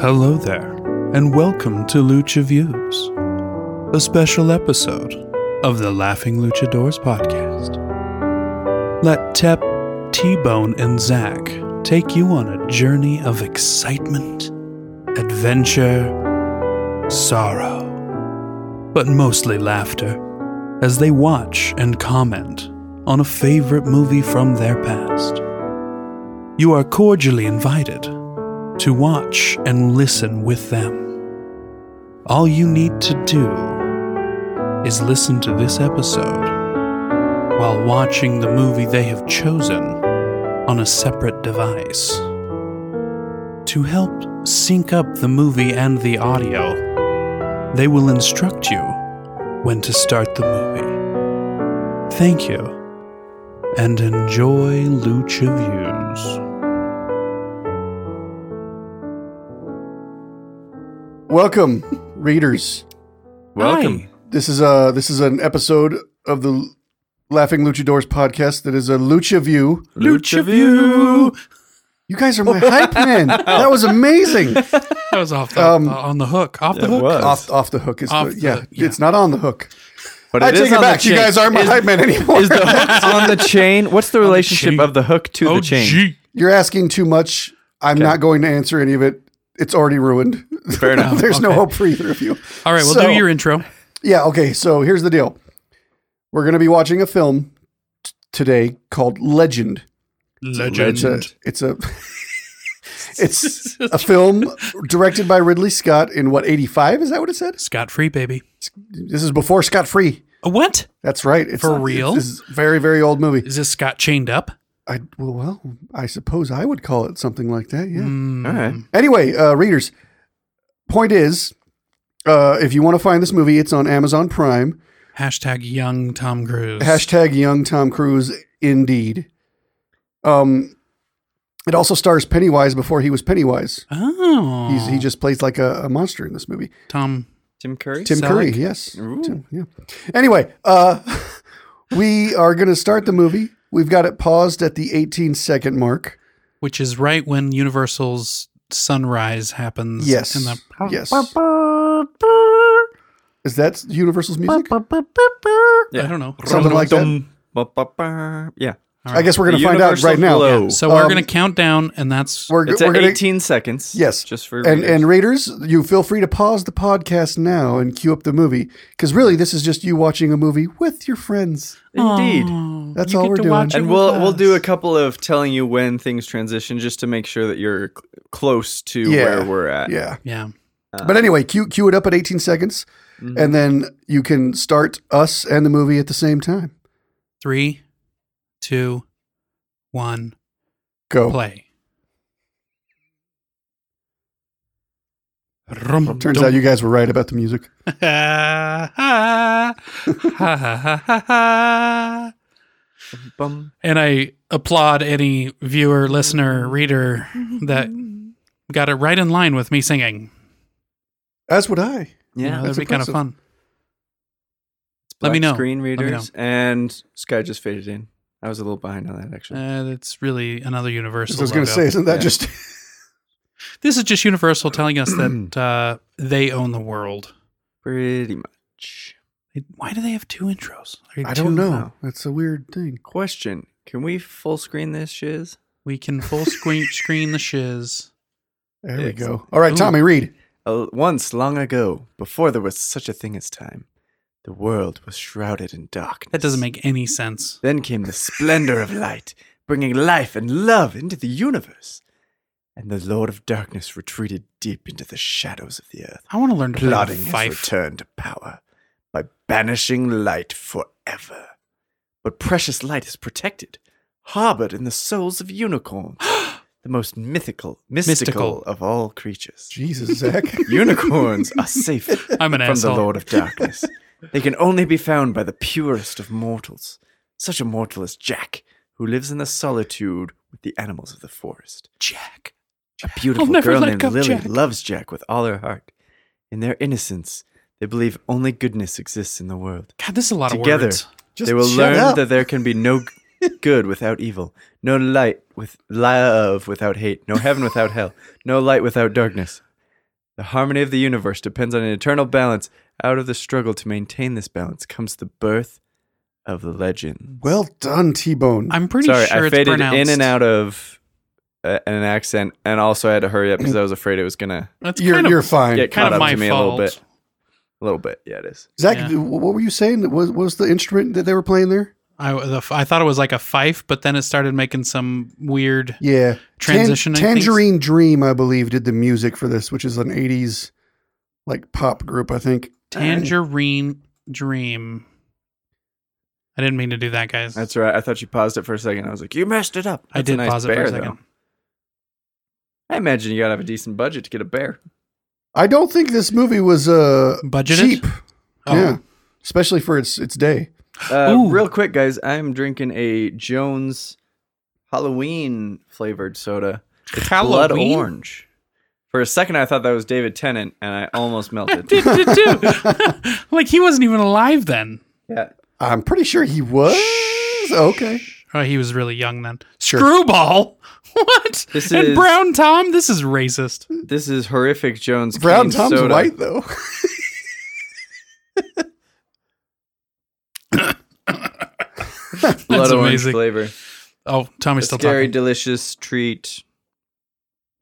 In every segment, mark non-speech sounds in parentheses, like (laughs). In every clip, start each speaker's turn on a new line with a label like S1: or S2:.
S1: Hello there, and welcome to Lucha Views, a special episode of the Laughing Luchadors podcast. Let Tep, T Bone, and Zack take you on a journey of excitement, adventure, sorrow, but mostly laughter as they watch and comment on a favorite movie from their past. You are cordially invited to watch and listen with them. All you need to do is listen to this episode while watching the movie they have chosen on a separate device. To help sync up the movie and the audio, they will instruct you when to start the movie. Thank you, and enjoy Lucha Views.
S2: Welcome, readers.
S3: Welcome.
S2: This is uh this is an episode of the Laughing Luchadors podcast that is a lucha view.
S3: Lucha View.
S2: You guys
S3: (laughs)
S2: are my hype man. That was amazing.
S1: That was off the,
S2: Um,
S1: uh, on the hook. Off the
S3: It
S1: hook.
S3: was.
S2: off off the hook is the-
S1: Off the-
S2: yeah,
S1: yeah.
S2: It's not on the hook.
S3: But
S2: I
S3: is
S2: take it
S3: on the
S2: back. You
S3: chain.
S2: guys aren't my hype man anymore.
S3: (laughs) Is the hook on the chain? What's
S2: (laughs)
S3: the relationship
S1: chain.
S3: of the hook to
S1: oh,
S3: the chain?
S1: gee.
S2: You're asking too much. I'm not going to answer any of it. It's already ruined. (laughs)
S3: Fair enough.
S2: There's no
S1: okay.
S2: hope for either of you.
S1: All right, well,
S2: So-
S1: do your intro.
S2: Yeah, okay. So here's the deal. We're going to be watching a film t- today called Legend. It's a, it's a it's
S1: (laughs)
S2: a (laughs) film directed by Ridley Scott in what 85 is that what it said?
S1: Scott free, baby.
S2: This is before Scott Free.
S1: Uh, What?
S2: That's right. It's
S1: For real?
S2: This is a very very old movie.
S1: Is this Scott chained up?
S2: I well, well, I suppose I would call it something like that. Yeah.
S1: Mm,
S3: All right.
S2: Anyway, uh, readers, point is, uh, if you want to find this movie, it's on Amazon Prime.
S1: Hashtag young Tom Cruise.
S2: Hashtag young Tom Cruise, indeed. Um, it also stars Pennywise before he was Pennywise.
S1: oh.
S2: He's, he just plays like a, a monster in this movie.
S1: Tom.
S3: Tim Curry.
S2: Tim
S1: Selleck?
S2: Curry, yes.
S3: Ooh.
S2: Tim, yeah. Anyway, uh, (laughs) we are going to start the movie. We've got it paused at the 18 second mark.
S1: which is right when Universal's sunrise happens.
S2: Yes.
S1: In the,
S2: yes. Is that Universal's music?
S1: I don't know.
S2: Something like that.
S3: that. Yeah.
S1: All right.
S2: I guess we're going to find out
S3: Universal
S2: right now.
S3: Glow.
S1: So we're
S2: Um,
S1: gonna count down, and that's
S2: We're,
S3: It's
S2: we're
S3: at
S2: going to.
S3: 18 seconds.
S2: Yes.
S3: Just for
S2: And,
S3: readers.
S2: and readers, you feel free to pause the podcast now and queue up the movie because really this is just you watching a movie with your friends.
S3: indeed.
S1: Aw,
S2: That's
S1: Oh, you
S2: all
S1: get
S2: we're
S1: to
S2: doing.
S1: watch it
S3: And
S1: with
S3: we'll we'll do a
S1: us.
S3: couple of telling you when things transition just to make sure that you're cl- close to
S2: Yeah.
S3: where we're at.
S2: Yeah.
S1: yeah.
S2: But anyway, cue, cue it up at 18 seconds
S1: Mm-hmm.
S2: and then you can start us and the movie at the same time.
S1: Three, two, one,
S2: Go.
S1: play. Rum,
S2: Turns
S1: dum. (laughs)
S2: out you guys were right about the music.
S1: and
S3: Bum.
S1: I applaud any viewer, listener, reader that got it right in line with me singing.
S2: As would I.
S1: You
S3: Yeah.
S1: know,
S2: that's
S1: that'd be kind of
S2: impressive.
S1: fun.
S3: Black
S1: Let me know.
S3: Screen
S1: Let me
S3: readers and Sky just faded in. I was a little behind on that actually.
S1: Uh, that's really another Universal.
S2: So I was going to
S1: logo.
S2: say, isn't that
S3: Yeah.
S1: (laughs)
S2: just
S1: this is just Universal telling us
S2: (clears throat)
S1: that uh, they own the world.
S3: Pretty much.
S1: It- Why do they have two intros? Or
S2: I
S1: two-
S2: don't know.
S3: now.
S2: That's a weird thing.
S3: Question: Can we full screen this shiz?
S1: We can full
S3: (laughs)
S1: screen screen the shiz.
S2: There we
S3: Excellent.
S2: go. All right,
S1: Ooh.
S2: Tommy Reed.
S3: Uh, once long ago, before there was such a thing as time, the world was shrouded in darkness.
S1: That doesn't make any sense.
S3: Then came the splendor of light, bringing life and love into the universe. And the Lord of Darkness retreated deep into the shadows of the earth,
S1: I want to learn to play the
S3: plotting his
S1: fife.
S3: return to power by banishing light forever. But precious light is protected, harbored in the souls
S1: (gasps)
S3: of unicorns, the most mythical, mystical,
S1: Mystical.
S3: of all creatures.
S1: (laughs)
S2: Jesus, Zach.
S3: Unicorns are safe (laughs) from
S1: I'm an
S3: the
S1: asshole.
S3: Lord of Darkness. they can only be found by the purest of mortals, such a mortal as Jack, who lives in the solitude with the animals of the forest.
S1: Jack.
S3: A beautiful
S1: never
S3: girl
S1: let
S3: named
S1: go of
S3: Lily
S1: Jack.
S3: loves Jack with all her heart. In their innocence, they believe only goodness exists in the world.
S1: God, this is a lot
S3: Together.
S1: of words.
S2: Just
S3: they will
S2: shut
S3: learn
S2: up.
S3: that there can
S2: (laughs)
S3: be no g- good without evil, no light with love without hate, no heaven without hell, no light without darkness. The harmony of the universe depends on an eternal balance. Out of the struggle to maintain this balance comes the birth of the legend.
S2: Well done, T Bone.
S1: I'm pretty
S3: Sorry,
S1: sure
S3: I
S1: it's
S3: faded
S1: pronounced.
S3: in and out of uh, an accent, and also I had to hurry up because I was afraid it was gonna
S1: That's
S2: You're
S1: kind of,
S2: you're fine.
S3: get
S1: kind
S3: caught
S1: of
S3: up
S1: my
S3: to me
S1: fault.
S3: a little bit. A little bit, yeah, it is.
S2: Zach,
S1: Yeah.
S2: th- what were you saying? What, what was the instrument that they were playing there?
S1: I, the, f- I thought it was like a fife, but then it started making some weird.
S2: Yeah, Tan-
S1: Transitioning
S2: Tangerine Dream, I believe, did the music for this, which is an '80s like pop group. I think.
S1: Tangerine Dream. I didn't mean to do that, guys.
S3: That's right. I thought you paused it for a second. I was like, you messed it up.
S1: I
S3: That's a
S1: did
S3: nice
S1: pause it for
S3: bear,
S1: a
S3: though.
S1: second.
S3: I imagine you gotta have a decent budget to get a bear.
S2: I don't think this movie was uh
S1: Budgeted?
S2: cheap.
S1: Oh.
S2: Yeah, especially for its its day.
S3: Uh,
S1: Ooh.
S3: real quick, guys, I'm drinking a Jones Halloween flavored soda. It's blood
S1: Halloween?
S3: orange. For a second, I thought that was David Tennant, and I
S1: (laughs)
S3: almost melted.
S1: Did did (laughs)
S3: (laughs)
S1: too. like he wasn't even alive then.
S3: yeah.
S2: I'm pretty sure he was. Okay.
S1: Oh, he was really young then. Screwball. (laughs) What?
S3: This
S1: and
S3: is-
S1: Brown Tom. This is racist.
S3: This is horrific Jones.
S2: Brown
S3: clean
S2: Tom's
S3: soda.
S2: white though.
S3: Blood
S1: That's
S3: orange
S1: amazing.
S3: flavor.
S1: Oh, Tommy's still
S3: Scary,
S1: talking.
S3: delicious treat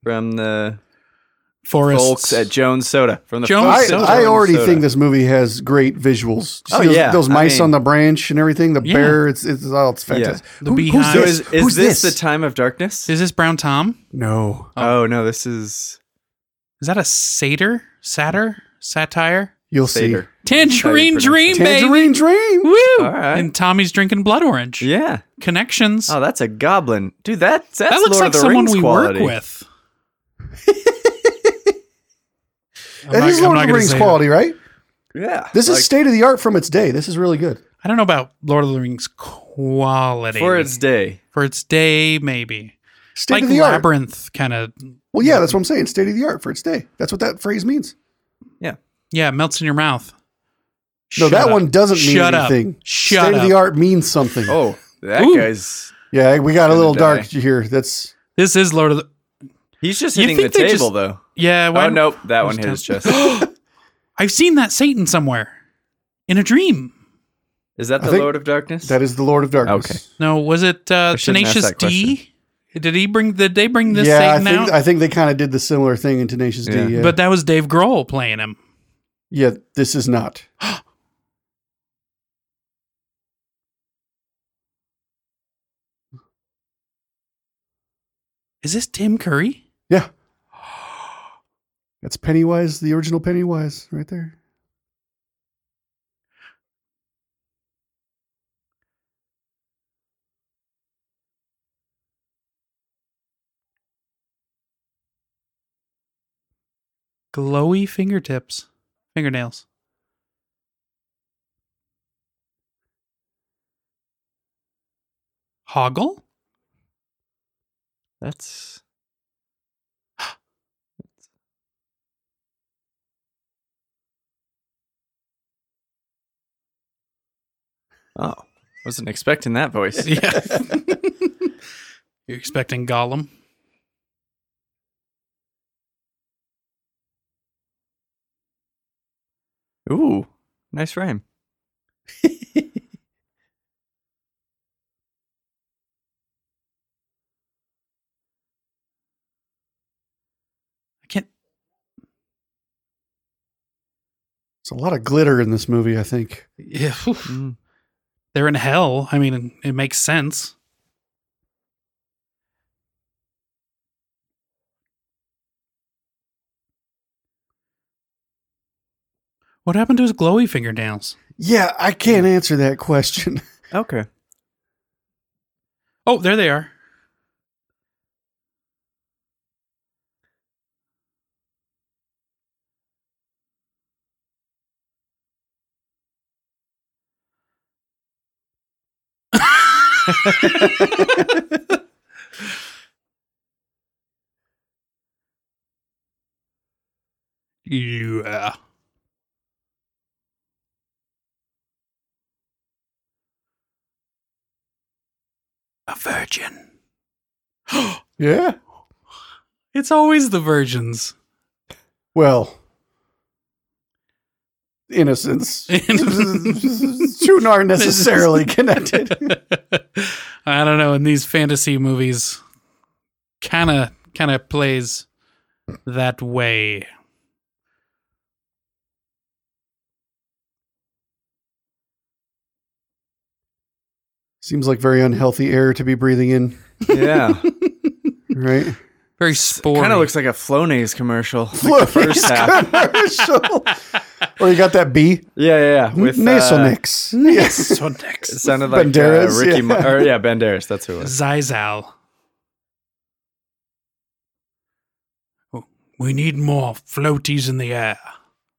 S3: from the
S1: Forests.
S3: folks at Jones Soda. From the
S1: Jones
S2: I,
S3: folks at
S1: soda.
S2: I already
S3: Soda.
S2: think this movie has great visuals. You
S3: Oh,
S2: see those,
S3: yeah.
S2: those
S3: I
S2: mice
S3: mean-
S2: on the branch and everything. The
S1: Yeah.
S2: bear. It's it's all it's fantastic.
S1: The
S2: who's
S1: beehive.
S3: So
S2: this?
S3: is, is
S2: Who's
S3: this,
S2: this?
S3: the time of darkness?
S1: is this Brown Tom?
S2: no,
S1: Oh.
S3: oh no, this is
S1: Is that a satyr? Satyr? Satire?
S2: you'll
S3: Seder.
S1: Tangerine
S3: That's how you
S1: Dream,
S2: see.
S1: baby.
S2: Tangerine Dream.
S1: Woo!
S3: All right.
S1: And Tommy's drinking blood orange.
S3: Yeah.
S1: Connections.
S3: Oh, that's a goblin, dude. That that's
S1: that looks
S3: Lord
S1: like
S3: of the
S1: someone
S3: Rings
S1: we
S3: quality.
S1: work
S2: (laughs)
S1: with. I'm
S2: That
S1: not-
S2: is
S1: I'm
S2: Lord
S1: not
S2: of the
S1: gonna
S2: Rings
S1: say it.
S2: quality, right?
S3: Yeah,
S2: This
S3: like,
S2: is state of the art from its day. This is really good.
S1: I don't know about Lord of the Rings quality.
S3: for its day.
S1: For its day, maybe.
S2: State
S1: like
S2: of the art.
S1: labyrinth kind of
S2: Well, yeah, that's what I'm saying. State of the art for its day. That's what that phrase means.
S1: yeah, it melts in your mouth.
S2: No,
S1: Shut
S2: that
S1: up.
S2: one doesn't mean
S1: Shut up.
S2: anything.
S1: Shut
S2: State
S1: up.
S2: of the art means something.
S3: Oh, that
S1: Ooh.
S3: guy's.
S2: yeah, we got a
S3: Gonna
S2: little dark
S3: die.
S2: here. That's
S1: This is Lord of the
S3: He's just
S1: You
S3: hitting the
S1: think they
S3: table
S1: just-
S3: though.
S1: Yeah, why
S3: oh nope, that one hit his
S1: Who's
S3: chest.
S1: (gasps) I've seen that Satan somewhere. In a dream.
S3: Is that
S2: I
S3: the
S2: think
S3: Lord of Darkness?
S2: that is the Lord of Darkness.
S3: Okay.
S1: No, was it uh,
S3: I shouldn't ask
S1: Tenacious
S3: that question.
S1: D? Did he bring did they bring this
S2: yeah,
S1: Satan
S2: I think
S1: out?
S2: I think they kind of did the similar thing in Tenacious
S3: Yeah.
S2: D. Yeah.
S1: But that was Dave Grohl playing him.
S2: yeah, this is not.
S1: Is this Tim Curry?
S2: Yeah, that's Pennywise, the original Pennywise, right there.
S1: Glowy fingertips. Fingernails. Hoggle?
S3: That's. Oh, wasn't expecting that
S1: (laughs)
S3: voice.
S1: Yeah. You're expecting Gollum?
S3: Ooh, nice rhyme.
S1: I can't
S2: There's a lot of glitter in this movie. I think.
S1: Yeah, oof. they're in hell. I mean, it makes sense. What happened to his glowy fingernails?
S2: Yeah, I can't answer that question. (laughs)
S3: Okay.
S1: Oh, there they are. yeah. A virgin.
S2: yeah.
S1: It's always the virgins.
S2: Well, innocence
S3: (laughs)
S2: two aren't necessarily connected.
S1: (laughs) I don't know. In these fantasy movies, kind of kind of plays that way.
S2: Seems like very unhealthy air to be breathing in,
S3: Yeah.
S2: right?
S1: Very sporty.
S3: kind of looks like a Flonase commercial. like (laughs) the
S2: Flurry's
S3: first half.
S2: commercial. or you got that B?
S3: (laughs) Yeah, yeah, yeah.
S2: With,
S3: With uh,
S2: Nasomix.
S1: (laughs)
S2: Yes.
S1: so
S3: It
S1: next.
S3: sounded like
S2: Banderas,
S3: Banderas, Ricky
S2: yeah.
S3: yeah. Or, yeah, Banderas. That's who it was.
S1: Zizal. Oh, We need more floaties in the air.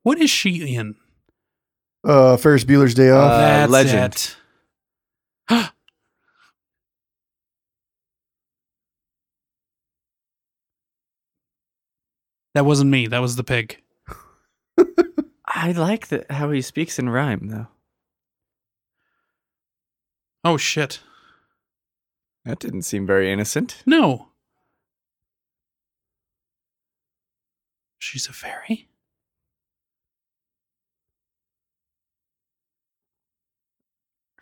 S1: What is she in?
S2: Uh, Ferris Bueller's Day
S1: Oh,
S2: Off.
S3: Uh, Legend.
S1: it. (gasps) that wasn't me. That was the pig.
S3: I like the, how he speaks in rhyme, though.
S1: Oh shit!
S3: That didn't seem very innocent.
S1: No. She's a fairy.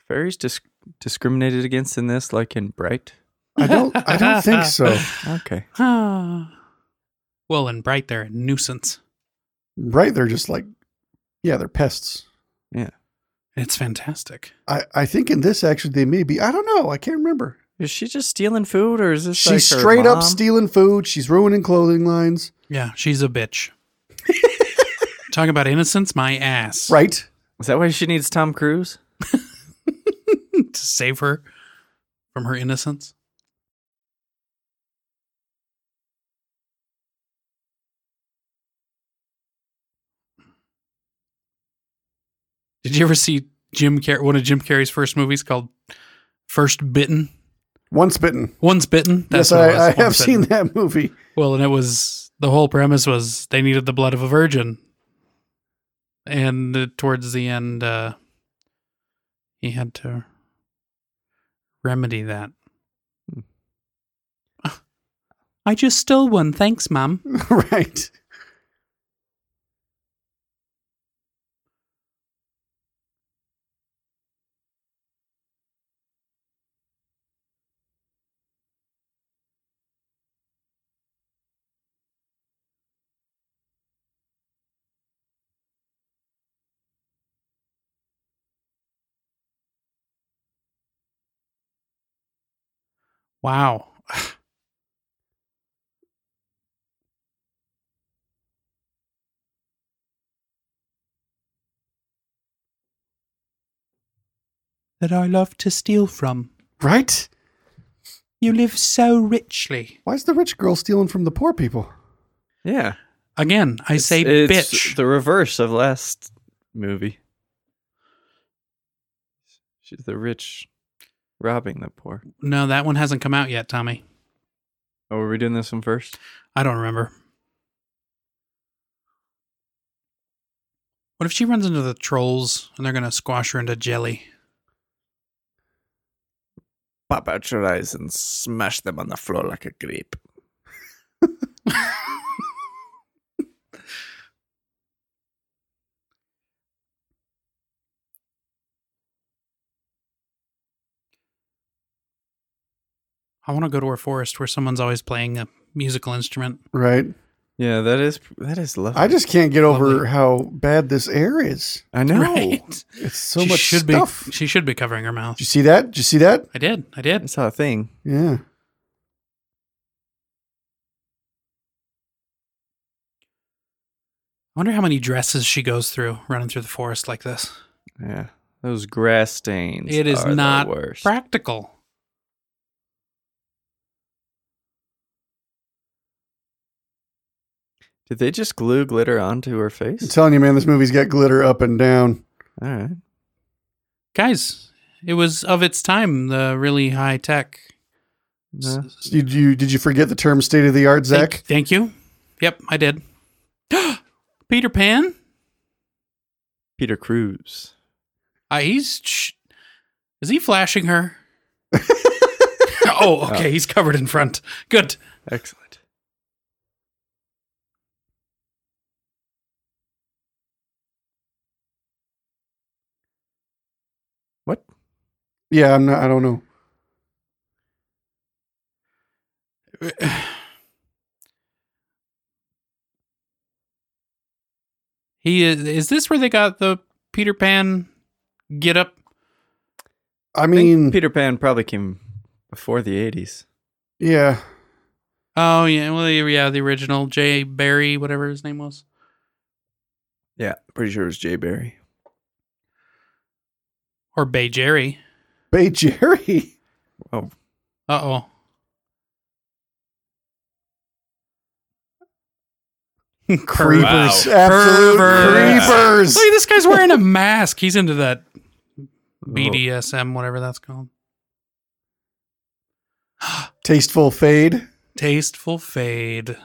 S3: Fairies dis- discriminated against in this, like in Bright.
S2: I don't.
S1: (laughs)
S2: I don't
S3: (laughs)
S2: think so.
S3: Okay.
S1: Ah. (sighs) Well, and bright, they're a nuisance.
S2: Right? They're just like, yeah, they're pests.
S1: It's fantastic.
S2: I, I think in this actually they may be. I don't know. I can't remember.
S3: Is she just stealing food, or is this like
S2: She's
S3: her
S2: straight up
S3: mom?
S2: stealing food. She's ruining clothing lines.
S1: Yeah, she's a
S2: (laughs)
S1: bitch. Talk about innocence, my ass.
S2: Right?
S3: Is that why she needs Tom Cruise?
S1: to save her from her innocence. Did you ever see Jim Carrey? One of Jim Carrey's first movies called First Bitten.
S2: Once bitten.
S1: Once bitten.
S2: yes,
S1: what it was,
S2: I, I have
S1: Once Bitten.
S2: seen
S1: (laughs)
S2: that movie.
S1: Well, and it was the whole premise was they needed the blood of a virgin, and uh, towards the end, uh, he had to remedy that. Hmm. I just stole one, thanks, mum.
S2: right.
S1: (laughs) Wow, (sighs) that I love to steal from.
S2: Right?
S1: You live so richly.
S2: Why is the rich girl stealing from the poor people?
S3: Yeah.
S1: Again, I say
S3: It's
S1: bitch.
S3: The reverse of last movie. She's the rich, robbing the poor.
S1: no, that one hasn't come out yet, Tommy.
S3: Oh, were we doing this one first?
S1: I don't remember. What if she runs into the trolls and they're going to squash her into jelly?
S3: Pop out your eyes and smash them on the floor like a grape.
S1: I want to go to a forest where someone's always playing a musical instrument. (laughs)
S2: Right?
S3: Yeah, that is that is lovely.
S2: I just can't get over
S1: Lovely.
S2: how bad this air is.
S3: I know.
S1: (laughs) Right?
S2: It's so
S1: she
S2: much
S1: should
S2: stuff.
S1: be she should be covering her mouth.
S2: Did you see that? Did you see that?
S1: I did. I did.
S3: It's a thing.
S2: Yeah.
S1: I wonder how many dresses she goes through running through the forest like this.
S3: Yeah. Those grass stains.
S1: It is
S3: are the
S1: not
S3: worst.
S1: practical.
S3: Did they just glue glitter onto her
S2: I'm
S3: face?
S2: telling you, man, this movie's got glitter up and down.
S3: All right.
S1: Guys, it was of its time, the really high tech.
S3: No.
S2: Did you did you forget the term state of the art,
S1: Thank-
S2: Zach?
S1: Thank, you. Yep, I did. (gasps) Peter Pan.
S3: Peter Cruz.
S1: Uh, he's sh- is he flashing
S2: (laughs)
S1: her? oh, okay. He's covered in front. Good.
S3: Excellent. What?
S2: Yeah, I'm not, I don't know.
S1: He is. Is this where they got the Peter Pan get up?
S2: I
S3: I
S2: mean,
S3: mean, Peter Pan probably came before the 80s.
S2: yeah,
S1: Oh yeah, well yeah, the original Jay Barry, whatever his name was.
S3: Yeah, pretty sure it was Jay Barry.
S1: or Bay Jerry.
S2: Bay Jerry.
S1: Uh oh.
S2: (laughs) Creepers,
S1: Wow.
S2: absolute
S1: Pervert. (laughs)
S2: creepers.
S1: Look, this guy's wearing a mask. He's into that
S3: Oh.
S1: BDSM, whatever that's called.
S2: Tasteful fade.
S1: Tasteful fade.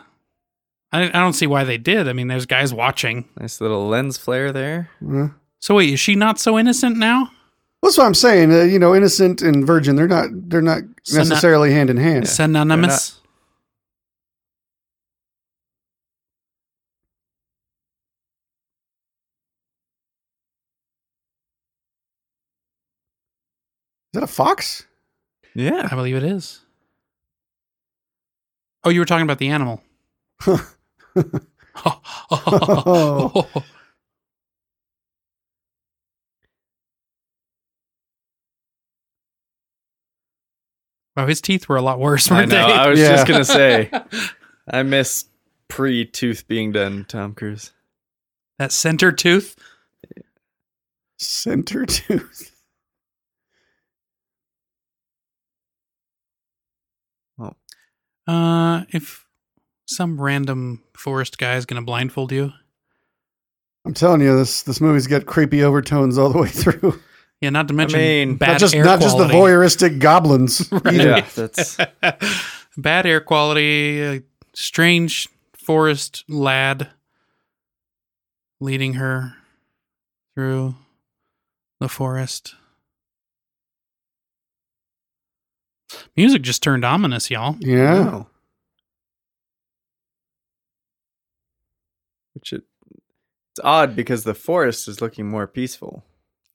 S1: I, I don't see why they did. I mean, there's guys watching.
S3: Nice little lens flare there.
S2: Huh?
S1: So wait, is she not so innocent now?
S2: That's what I'm saying. Uh, you know, innocent and virgin. They're not. They're not
S1: So not-
S2: necessarily hand in hand.
S1: Synonymous.
S2: Is that a fox?
S3: Yeah.
S1: I believe it is. Oh, you were talking about the animal. (laughs) Wow, his teeth were a lot worse,
S3: I
S1: weren't (laughs)
S3: know. I was
S2: Yeah.
S3: just gonna say. I miss pre tooth being done, Tom Cruise.
S1: they? That center tooth.
S2: Center tooth. (laughs)
S1: Uh, if some random forest guy is going to blindfold you,
S2: I'm telling you, this this movie's got creepy overtones all the way through.
S1: yeah, not to mention (laughs)
S3: mean,
S1: bad
S2: not just
S1: air
S2: not just the
S1: quality. (laughs)
S2: voyeuristic goblins.
S3: Yeah, that's
S1: (laughs) bad air quality, a strange forest lad leading her through the forest. Music just turned ominous, y'all.
S2: Yeah.
S3: no. Which it, it's odd because the forest is looking more peaceful.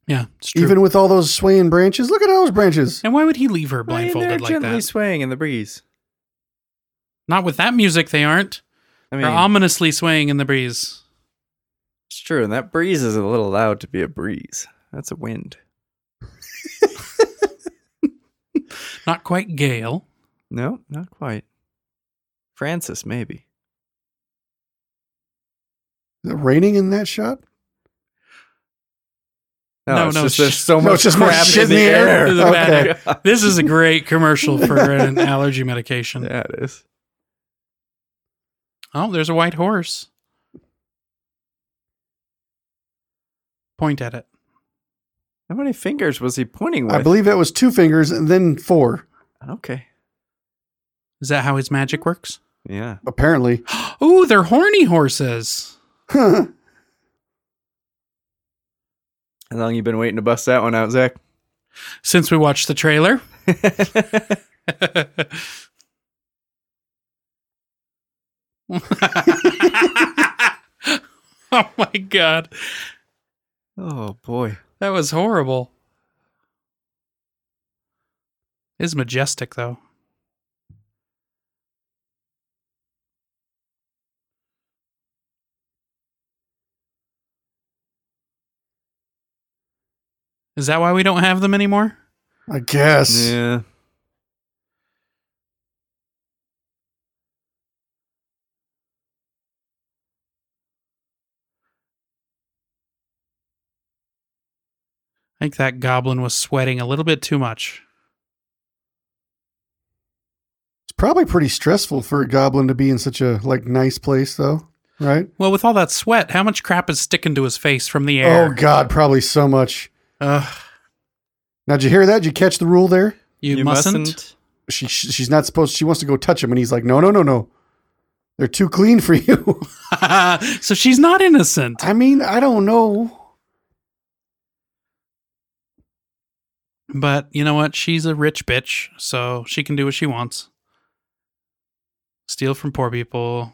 S1: Yeah, it's true.
S2: Even with all those swaying branches, look at those branches.
S1: and why would he leave her blindfolded
S3: they're
S1: like
S3: gently
S1: that?
S3: swaying in the breeze.
S1: Not with that music, they aren't.
S3: I mean,
S1: They're ominously swaying in the breeze.
S3: it's true, and that breeze is a little loud to be a breeze. That's a wind.
S1: Not quite gale.
S3: No, not quite. Francis, maybe.
S2: Is it raining in that shot?
S1: No,
S3: it's
S1: no,
S3: just,
S1: it's
S3: there's
S1: just-
S3: so
S2: No,
S3: much
S2: it's just more
S3: crap
S2: shit
S3: in the air.
S1: It doesn't matter.
S3: Okay.
S1: This is a great commercial for
S3: (laughs)
S1: an allergy medication.
S3: Yeah, it is.
S1: Oh, there's a white horse. Point at it.
S3: How many fingers was he pointing with?
S2: I believe that was two fingers and then four.
S3: okay.
S1: Is that how his magic works?
S3: Yeah.
S1: (laughs)
S2: Apparently, (laughs)
S1: Ooh, they're horny horses.
S2: I
S3: How long you been waiting to bust that one out, Zach?
S1: Since we watched the trailer. (laughs) oh my god.
S3: oh boy.
S1: That was horrible. It is majestic though. Is that why we don't have them anymore?
S2: guess.
S3: Yeah.
S1: I think that goblin was sweating a little bit too much.
S2: It's probably pretty stressful for a goblin to be in such a like nice place though, right?
S1: Well, with all that sweat, how much crap is sticking to his face from the air?
S2: Oh god, probably so much.
S1: Ugh,
S2: Now did you hear that? Did you catch the rule there?
S1: you, mustn't.
S2: She sh- she's not supposed she wants to go touch him and he's like, "No, no, no, no. They're too clean for you." (laughs)
S1: (laughs) so she's not innocent.
S2: I mean, I don't know.
S1: But you know what? She's a rich bitch, so she can do what she wants. Steal from poor people.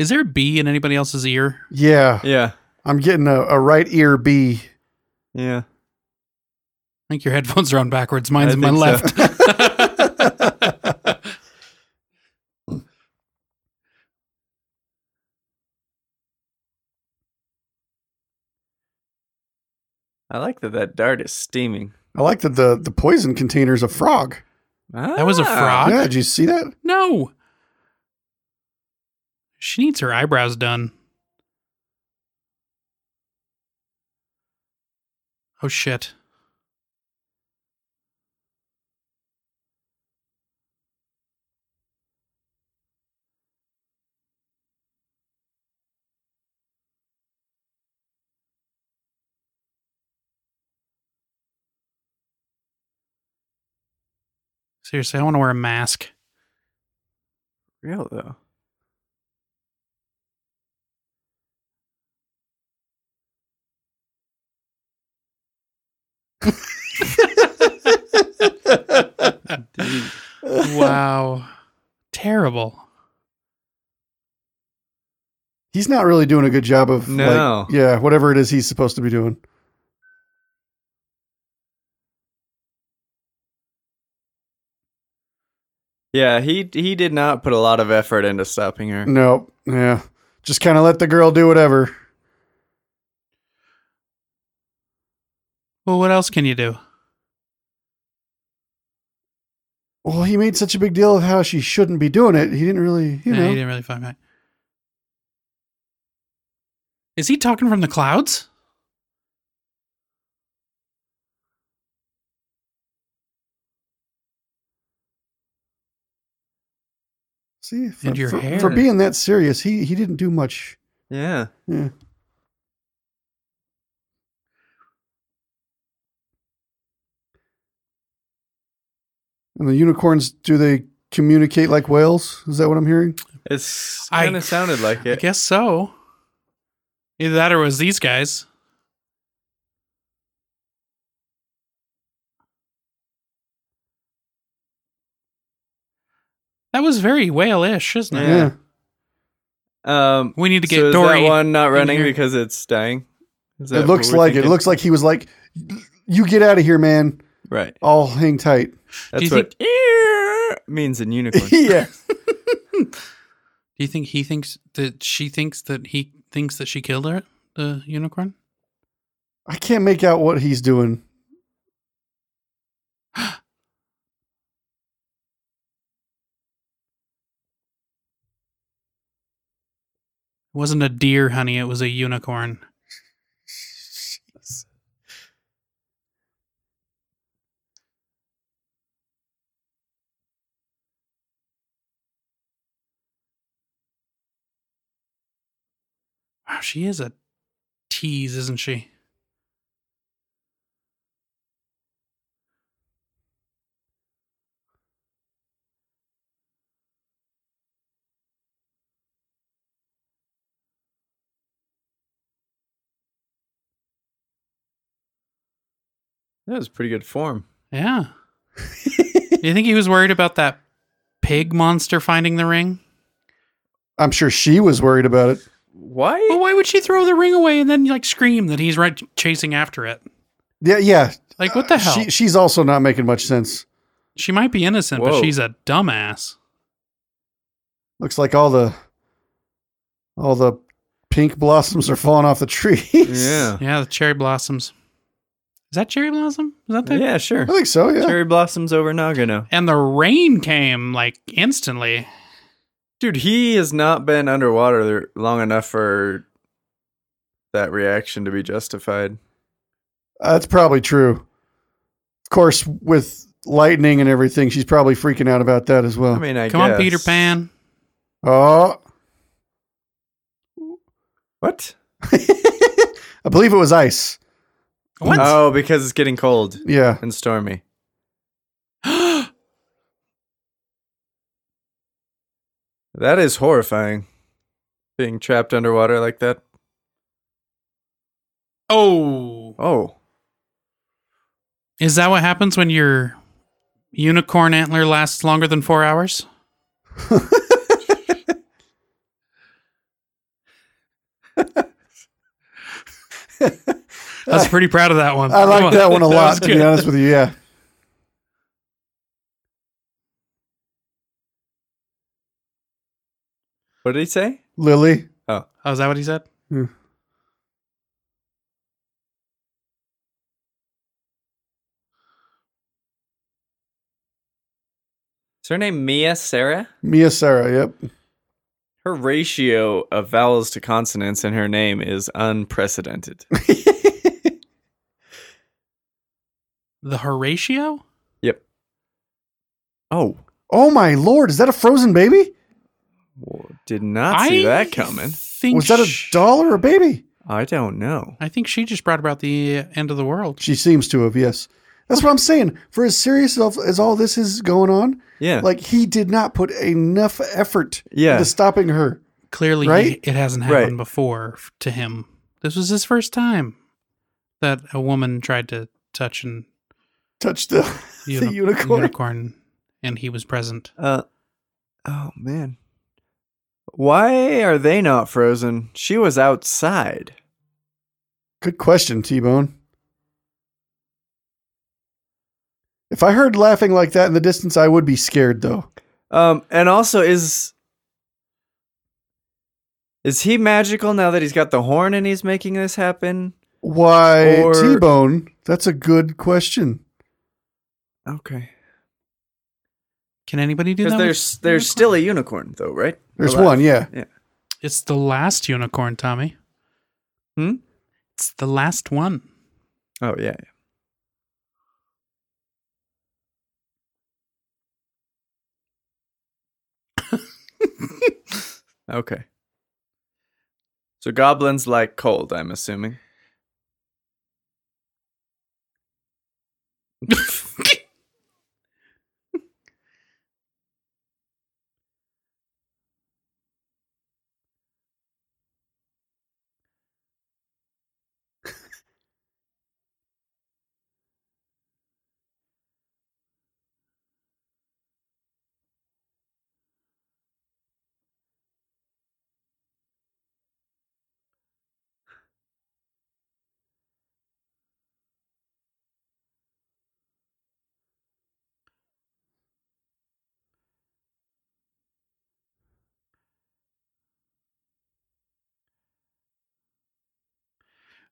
S1: Is there a bee in anybody else's ear?
S2: Yeah,
S3: Yeah.
S2: I'm getting a, a right ear B.
S3: Yeah.
S1: I think your headphones are on backwards. Mine's
S3: I
S1: in my
S3: think (laughs)
S1: left.
S3: I like that that dart is steaming.
S2: I like that the the poison container's a frog.
S1: That was a
S3: Ah.
S1: frog?
S2: Yeah, did you see that?
S1: no. She needs her eyebrows done. Oh shit. Seriously, I want to wear a mask.
S3: Real though. Dude.
S1: wow. Terrible.
S2: He's not really doing a good job of
S3: No.
S2: like yeah, whatever it is he's supposed to be doing.
S3: Yeah, he he did not put a lot of effort into stopping her.
S1: Mm.
S2: No, yeah. Just kind of let the girl do whatever.
S1: Well, what else can you do?
S2: Well, he made such a big deal of how she shouldn't be doing it. He didn't really, you
S1: Nah,
S2: know.
S1: you didn't really find that. Is he talking from the clouds?
S2: See, for,
S1: And your
S2: for,
S1: hair.
S2: for being that serious, he he didn't do much.
S3: Yeah.
S2: Yeah. And the unicorns, do they communicate like whales? Is that what I'm hearing?
S3: It's
S1: I-
S3: kind of sounded like
S1: I
S3: it.
S1: guess so. Either that or it was these guys. That was very whale-ish, isn't it?
S3: Yeah. Um
S1: We need to get
S3: so is
S1: Dory.
S3: that one not running
S1: here.
S3: because it's dying. Is that
S2: It
S3: what
S2: looks
S3: we're
S2: like it
S3: thinking?
S2: looks like he was like, "You get out of here, man!
S1: (laughs)
S3: right.
S2: I'll hang tight."
S3: That's
S1: you
S3: what "Ear" means
S1: (laughs)
S3: in unicorn.
S2: (laughs) yeah,
S1: Do you think he thinks that she thinks that he thinks that she killed her, the unicorn?
S2: I can't make out what he's doing.
S1: It wasn't a deer, honey. It was a unicorn. Wow, she is a tease, isn't she?
S3: That was pretty good form.
S1: Yeah. Do you think he was worried about that pig monster finding the ring?
S2: I'm sure she was worried about it.
S1: Well,
S3: Why?
S1: why would she throw the ring away and then like scream that he's right chasing after it?
S2: Yeah, yeah.
S1: Like what the hell?
S2: She, she's also not making much sense.
S1: She might be innocent,
S3: Whoa.
S1: but she's a dumbass.
S2: Looks like all the all the pink blossoms are falling off the trees.
S3: Yeah.
S1: Yeah, the cherry blossoms. Is that cherry blossom? Is that the Oh,
S3: Yeah,
S2: (laughs)
S3: sure.
S2: I think so. Yeah,
S3: Cherry blossoms over Nagano.
S1: And the rain came like instantly.
S3: Dude, he has not been underwater long enough for that reaction to be justified.
S2: Uh, that's probably true. Of course, with lightning and everything, she's probably freaking out about that as well.
S3: I mean, I
S1: Come on, Peter
S3: guess.
S1: Pan.
S2: oh, (laughs)
S3: What?
S2: I believe it was ice.
S1: What?
S3: Oh, because it's getting cold
S2: Yeah,
S3: and stormy. (gasps) That is horrifying. Being trapped underwater like that.
S1: oh.
S3: Oh,
S1: Is that what happens when your unicorn
S2: (laughs)
S1: antler lasts longer than four hours? I was pretty proud of (laughs) that one.
S2: I
S1: Come
S2: like that one a
S1: was
S2: lot, to be
S1: good.
S2: honest with you. Yeah.
S3: What did he say?
S2: Lily.
S1: Oh, is that what he said?
S2: Hmm.
S3: Is her name Mia Sarah?
S2: Mia
S1: (laughs)
S2: Sarah. Yep.
S3: Her ratio of vowels to consonants in her name is (laughs) unprecedented.
S1: The Horatio?
S3: yep. Oh,
S2: oh my lord. Is that a frozen baby?
S3: w- did not see that coming.
S1: Think
S2: Was that a
S1: sh-
S2: doll or a baby?
S3: I don't know.
S1: I think she just brought about the uh, end of the world.
S2: She seems to have, yes. That's what I'm saying. For as serious of- as all this is going on,
S3: Yeah.
S2: like he did not put enough effort
S3: Yeah.
S2: into stopping her.
S1: Clearly,
S2: Right?
S1: it hasn't
S3: Right.
S1: happened before f- to him. This was his first time that a woman tried to touch an
S2: Touch the,
S1: uni-
S2: (laughs) the unicorn.
S1: unicorn and he was present.
S3: Uh, oh man. Why are they not frozen? She was outside.
S2: Good question, T Bone. If I heard laughing like that in the distance, I would be scared though.
S3: Um, and also is is he magical now that he's got the horn and he's making this happen?
S2: Why,
S3: Or-
S2: T Bone? That's a good question.
S3: Okay.
S1: Can anybody do that?
S3: Because
S1: with
S3: there's there's
S1: unicorn?
S3: still a unicorn though, right?
S2: There's
S3: Alive.
S2: one, yeah.
S1: It's the last unicorn, Tommy.
S3: Hmm?
S1: It's the last one.
S3: Oh yeah. (laughs) yeah. okay. So goblins like cold, I'm assuming.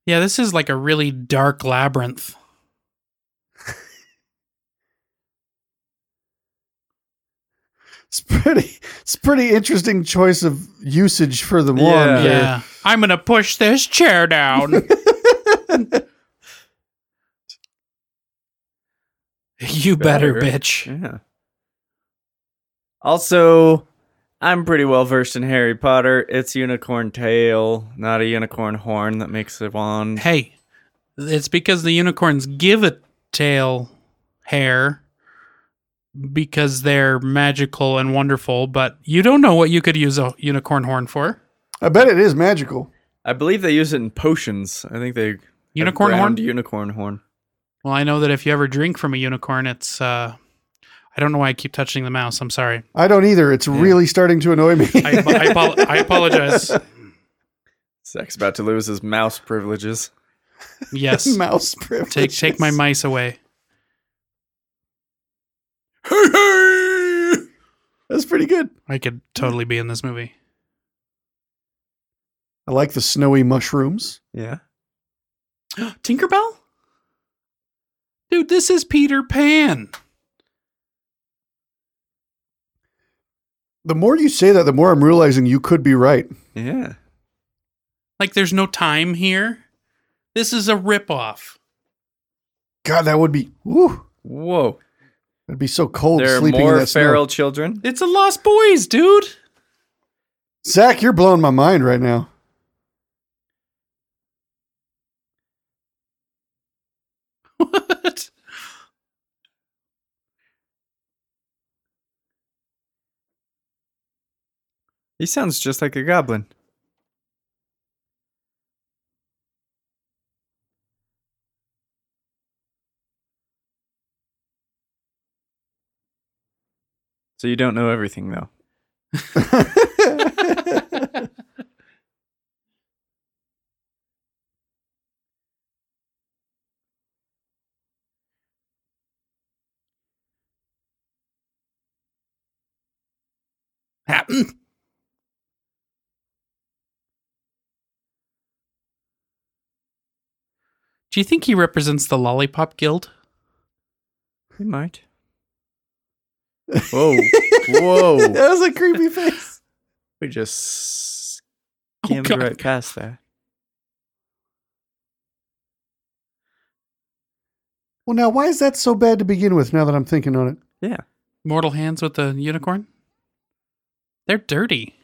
S1: Yeah, this is like a really dark labyrinth.
S2: It's pretty. It's pretty interesting choice of usage for the wand.
S3: Uh,
S1: yeah. I'm going to push this chair
S3: (laughs)
S1: down. you better,
S3: Better.
S1: bitch.
S3: Yeah. Also, I'm pretty well versed in Harry Potter. It's unicorn tail, not a unicorn horn that makes a wand.
S1: Hey, it's because the unicorns give a tail hair because they're magical and wonderful, but you don't know what you could use a unicorn horn for.
S2: (laughs) I bet it is magical.
S3: I believe they use it in potions. I think they have
S1: Unicorn horn?
S3: ground Unicorn horn.
S1: Well, I know that if you ever drink from a unicorn, it's. uh I don't know why I keep touching the mouse. I'm sorry.
S2: I don't either. It's really starting to annoy me.
S1: I, I, apo- (laughs) I apologize.
S3: Zach's about to lose his mouse privileges.
S1: Yes.
S2: (laughs) Mouse privilege.
S1: Take take my mice away.
S3: Hey, hey!
S2: That's pretty good.
S1: I could totally be in this movie.
S2: I like the snowy mushrooms.
S3: Yeah.
S1: Tinkerbell? Dude, this is Peter Pan.
S2: The more you say that, the more I'm realizing you could be right.
S3: Yeah.
S1: Like there's no time here. This is a ripoff.
S2: God, that would be. Woo,
S3: Whoa.
S2: it'd be so cold
S3: there are
S2: sleeping in
S3: more
S2: that snow.
S3: feral children.
S1: It's a Lost Boys, dude. (laughs)
S2: Zach, you're blowing my mind right now.
S1: What?
S3: He sounds just like a goblin. So you don't know everything, though.
S2: happen?
S1: Do you think he represents the Lollipop Guild?
S3: He might. Whoa. (laughs)
S2: (laughs)
S3: Whoa.
S2: that was a creepy face.
S3: We just
S1: Oh,
S3: skimmed
S1: God.
S3: right past that.
S2: Well, now why is that so bad to begin with? Now that I'm thinking on it,
S3: Yeah.
S1: Mortal hands with the unicorn? They're dirty.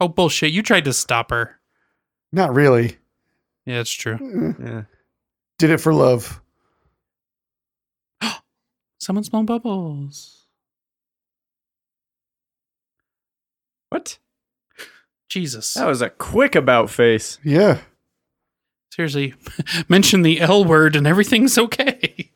S1: Oh, bullshit. You tried to stop her.
S2: not really.
S1: Yeah, it's true.
S2: Eh,
S3: Yeah.
S2: Did it for love.
S1: Someone's blown bubbles.
S3: What?
S1: Jesus.
S3: That was a quick about face.
S2: Yeah.
S1: Seriously, (laughs) mention the L word and everything's okay.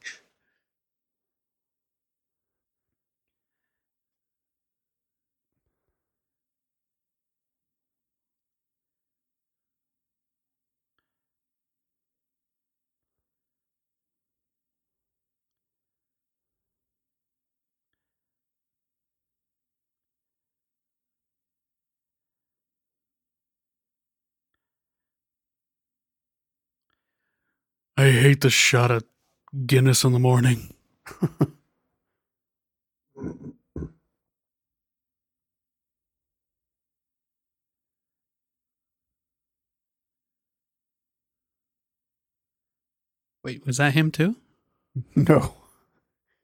S1: I hate the shot of Guinness in the morning. (laughs) Wait, was that him too?
S2: No,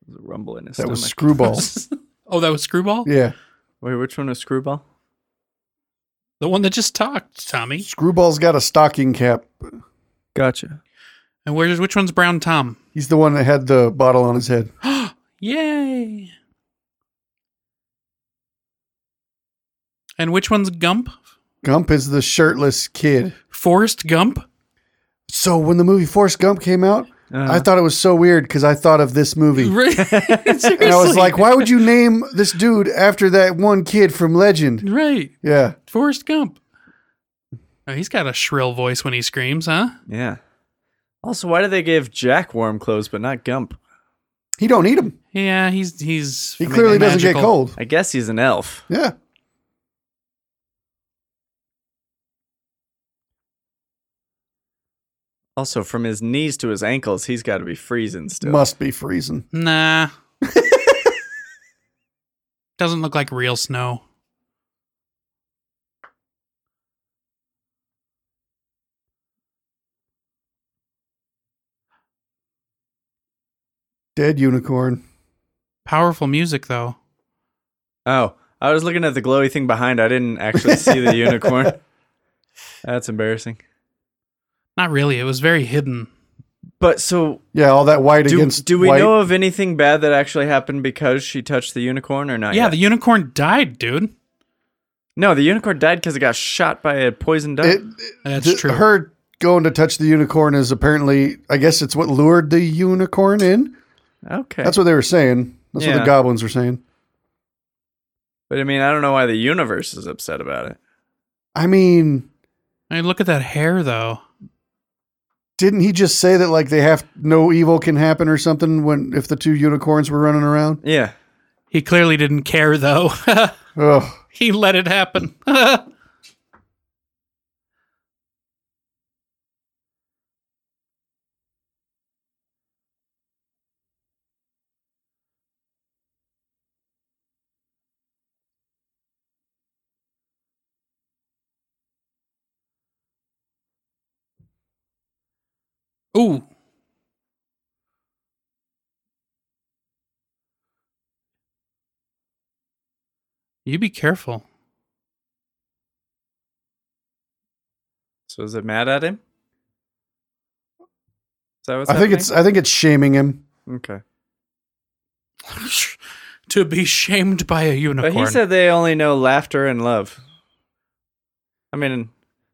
S3: There's a rumble in his
S2: that was
S3: stomach. (laughs)
S2: screwball.
S1: (laughs) oh, that was Screwball?
S2: yeah,
S3: Wait, which one was Screwball?
S1: The one that just talked, Tommy.
S2: screwball's got a stocking cap.
S3: Gotcha.
S1: And where's which one's Brown Tom? (gasps)
S2: He's the one that had the bottle on his head.
S1: Yay! And which one's Gump?
S2: Gump is the shirtless kid.
S1: Forrest Gump?
S2: So when the movie Forrest Gump came out, I
S3: Uh,
S2: thought it was so weird because I thought of this movie.
S1: (laughs) Right.
S2: And I was like, why would
S3: (laughs)
S2: you name this dude after that one kid from Legend?
S1: Right.
S2: Yeah.
S1: Forrest Gump. Oh, he's got a shrill voice when he screams, huh?
S3: yeah. Also, why do they give Jack warm clothes but not Gump?
S2: He don't need him.
S1: Yeah, he's he's
S2: He
S1: I mean,
S2: clearly doesn't get
S1: magical.
S2: cold.
S3: I guess he's an elf.
S2: Yeah.
S3: Also, from his knees to his ankles, he's got to be freezing still.
S2: Must be freezing. (laughs)
S1: Nah. doesn't look like real snow.
S2: Dead unicorn.
S1: Powerful music though.
S3: Oh, I was looking at the glowy thing behind. I didn't actually
S2: (laughs)
S3: see the unicorn. That's embarrassing.
S1: Not really. It was very hidden.
S3: But so,
S2: Yeah, all that white
S3: do,
S2: against
S3: do we
S2: white.
S3: know of anything bad that actually happened because she touched the unicorn or not?
S1: yeah,
S3: yet?
S1: the unicorn died, dude.
S3: no, the unicorn died because it got shot by a poison dart.
S2: It,
S1: That's
S2: th-
S1: true.
S2: Her going to touch the unicorn is apparently, I guess it's what lured the unicorn in.
S3: okay,
S2: That's what they were saying. That's what
S3: Yeah.
S2: the goblins were saying.
S3: but I mean, I don't know why the universe is upset about it.
S2: I mean,
S1: I mean, look at that hair though.
S2: didn't he just say that like they have no evil can happen or something when if the two unicorns were running around?
S3: Yeah,
S1: He clearly didn't care though. (laughs)
S2: Ugh.
S1: he let it happen. (laughs) Ooh. You be careful. (laughs)
S3: So is it mad at him? Is that what's
S2: I think
S3: happening?
S2: it's I think it's shaming him.
S3: okay.
S1: to be shamed by a unicorn.
S3: But he said they only know laughter and love. I mean,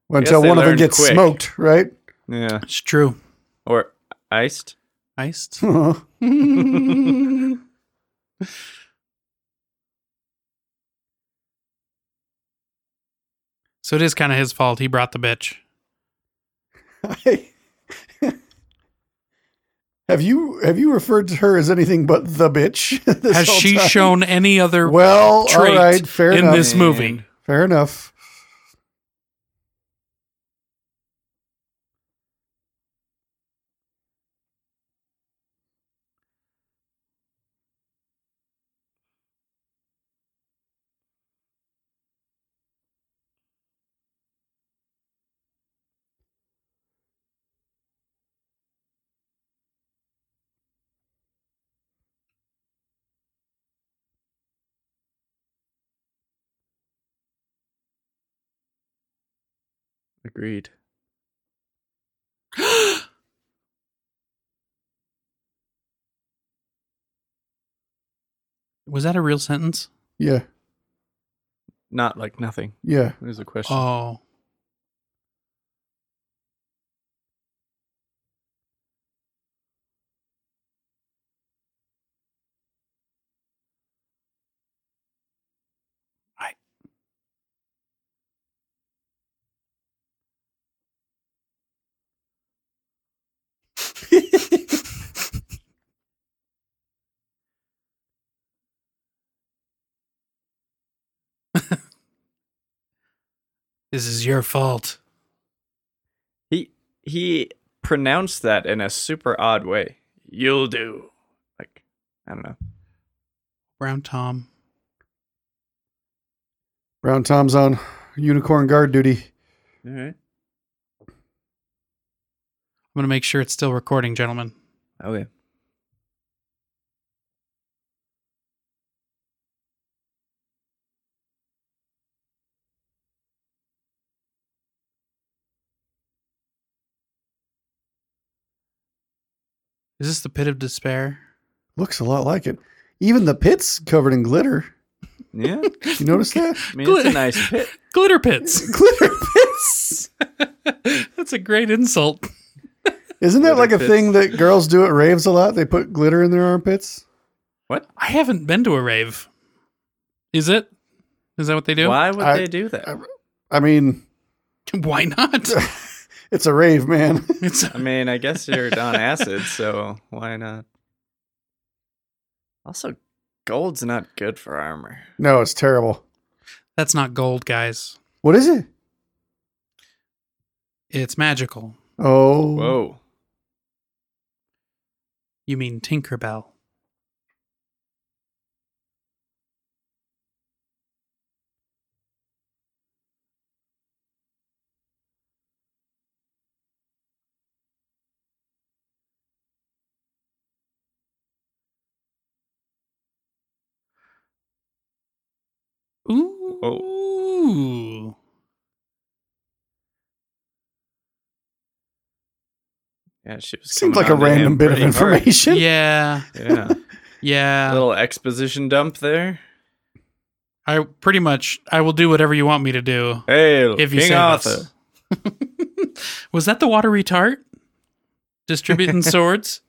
S2: Until
S3: they
S2: one of them
S3: learned
S2: gets
S3: quick.
S2: smoked, right? (laughs)
S3: (laughs) yeah,
S1: it's true.
S3: or iced.
S1: Iced.
S3: Wait,
S1: So it is kind of his fault. He brought the bitch.
S2: I- (laughs) Have you have you referred to her as anything but the bitch? (laughs) this
S1: Has
S2: whole
S1: she
S2: time?
S1: shown any other
S2: Well, all
S1: trait
S2: right, fair
S1: in
S2: enough.
S1: this movie?
S2: Fair enough.
S3: Agreed.
S1: Was that a real sentence?
S2: Yeah,
S3: Not like nothing.
S2: yeah.
S3: What is the question?
S2: Uh,
S1: Oh.
S2: (laughs)
S1: Right. This is your fault.
S3: he he pronounced that in a super odd way. You'll do. Like I don't know.
S1: Brown Tom.
S2: Brown Tom's on unicorn guard duty.
S3: All right.
S1: I'm going to make sure it's still recording, gentlemen.
S3: Okay.
S1: Is this the pit of despair?
S2: Looks a lot like it. Even the pit's covered in glitter.
S3: Yeah.
S1: (laughs)
S2: You notice that?
S3: I mean, it's a nice
S2: (laughs)
S3: pit.
S1: Glitter pits.
S2: glitter
S1: (laughs) pits. (laughs) That's a great insult.
S2: Isn't that like
S3: Glitter
S2: a
S3: pits.
S2: thing that girls do at raves a lot? They put glitter in their armpits.
S3: What?
S1: I haven't been to a rave. Is it? Is that what they do?
S3: Why would
S2: I-
S3: they do that?
S2: I-
S3: I,
S2: I mean,
S1: (laughs)
S2: (laughs)
S1: Why not?
S2: it's a rave, man. (laughs)
S1: It's
S3: mean, I guess you're on acid, so why not? Also, gold's not good for armor.
S2: no, it's terrible.
S1: that's not gold, guys.
S2: What is it?
S1: It's magical.
S2: Oh,
S3: Whoa.
S1: You mean Tinkerbell. Ooh.
S3: Yeah, she was.
S2: seems like
S3: coming
S2: a
S3: on to him
S2: random bit of
S3: pretty hard.
S2: information.
S1: Yeah.
S3: (laughs) Yeah.
S2: (laughs)
S1: Yeah.
S3: little exposition dump there.
S1: I pretty much I will do whatever you want me to do
S3: Hey,
S1: if you
S3: King
S1: say
S3: Arthur.
S1: this. Was that (laughs) the watery tart
S2: (laughs)
S1: distributing swords?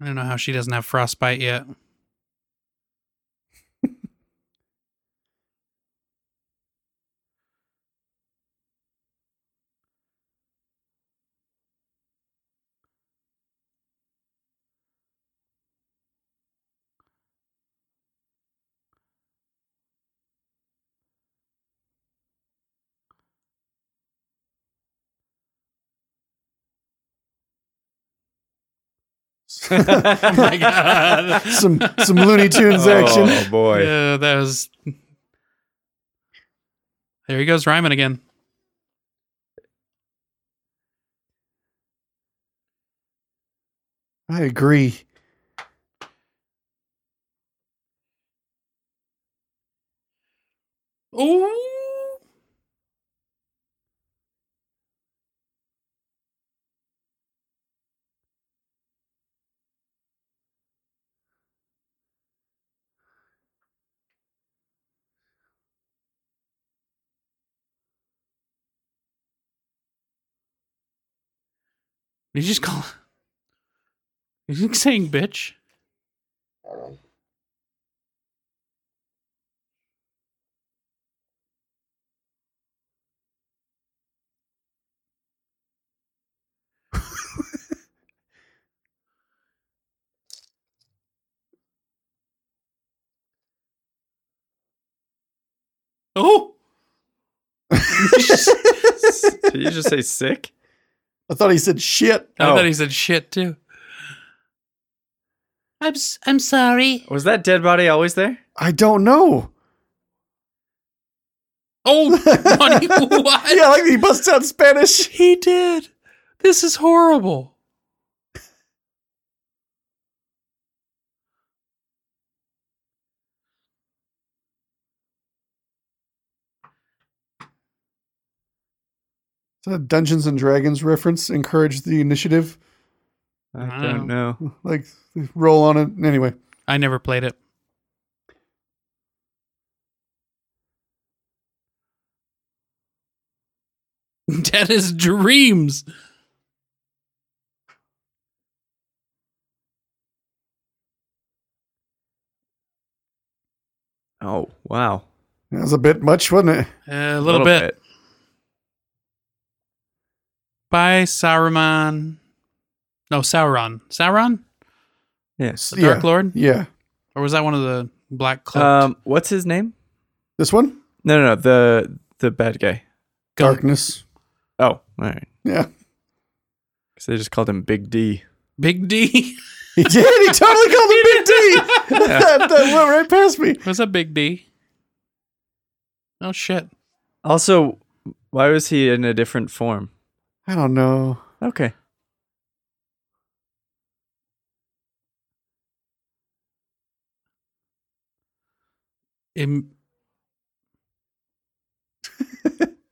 S1: I don't know how she doesn't have frostbite yet. (laughs) (laughs)
S3: (laughs)
S1: Oh my god.
S2: (laughs) some some Looney Tunes action.
S3: Oh boy.
S1: Yeah, that was. There he goes rhyming again.
S2: (laughs) I agree.
S1: Ooh. Did you just call? (laughs) Is he saying bitch? (laughs) Oh,
S3: Did you just say sick?
S2: I thought he said shit.
S1: I
S3: Oh.
S1: thought he said shit too. I'm s- I'm sorry.
S3: Was that dead body always there?
S2: I don't know.
S1: Oh, (laughs)
S2: (laughs)
S1: Monty, what?
S2: Yeah, like he busts out Spanish.
S1: He did. This is horrible.
S2: Is that a Dungeons and Dragons reference? Encourage the initiative.
S3: I
S1: don't
S3: don't know.
S2: Like roll on it anyway.
S1: I never played (laughs) it. Dead as dreams.
S3: Oh, wow.
S2: That was a bit much, wasn't it?
S1: Uh, a little, bit. By Saruman. No, Sauron. Sauron?
S3: Yes.
S1: The Dark
S2: Yeah.
S1: Lord?
S2: Yeah.
S1: Or was that one of the black cloaked?
S3: Um, what's his name?
S2: This one?
S3: No, no, no, the the bad guy.
S1: Gunk.
S2: Darkness.
S3: Oh, all right.
S2: Yeah.
S3: So they just called him Big D.
S1: Big D? (laughs)
S2: He did. He totally called him Big D. (laughs) that, that went right past me.
S1: was that Big D? Oh, shit.
S3: Also, why was he in a different form?
S2: I don't know.
S3: Okay.
S1: Im- (laughs)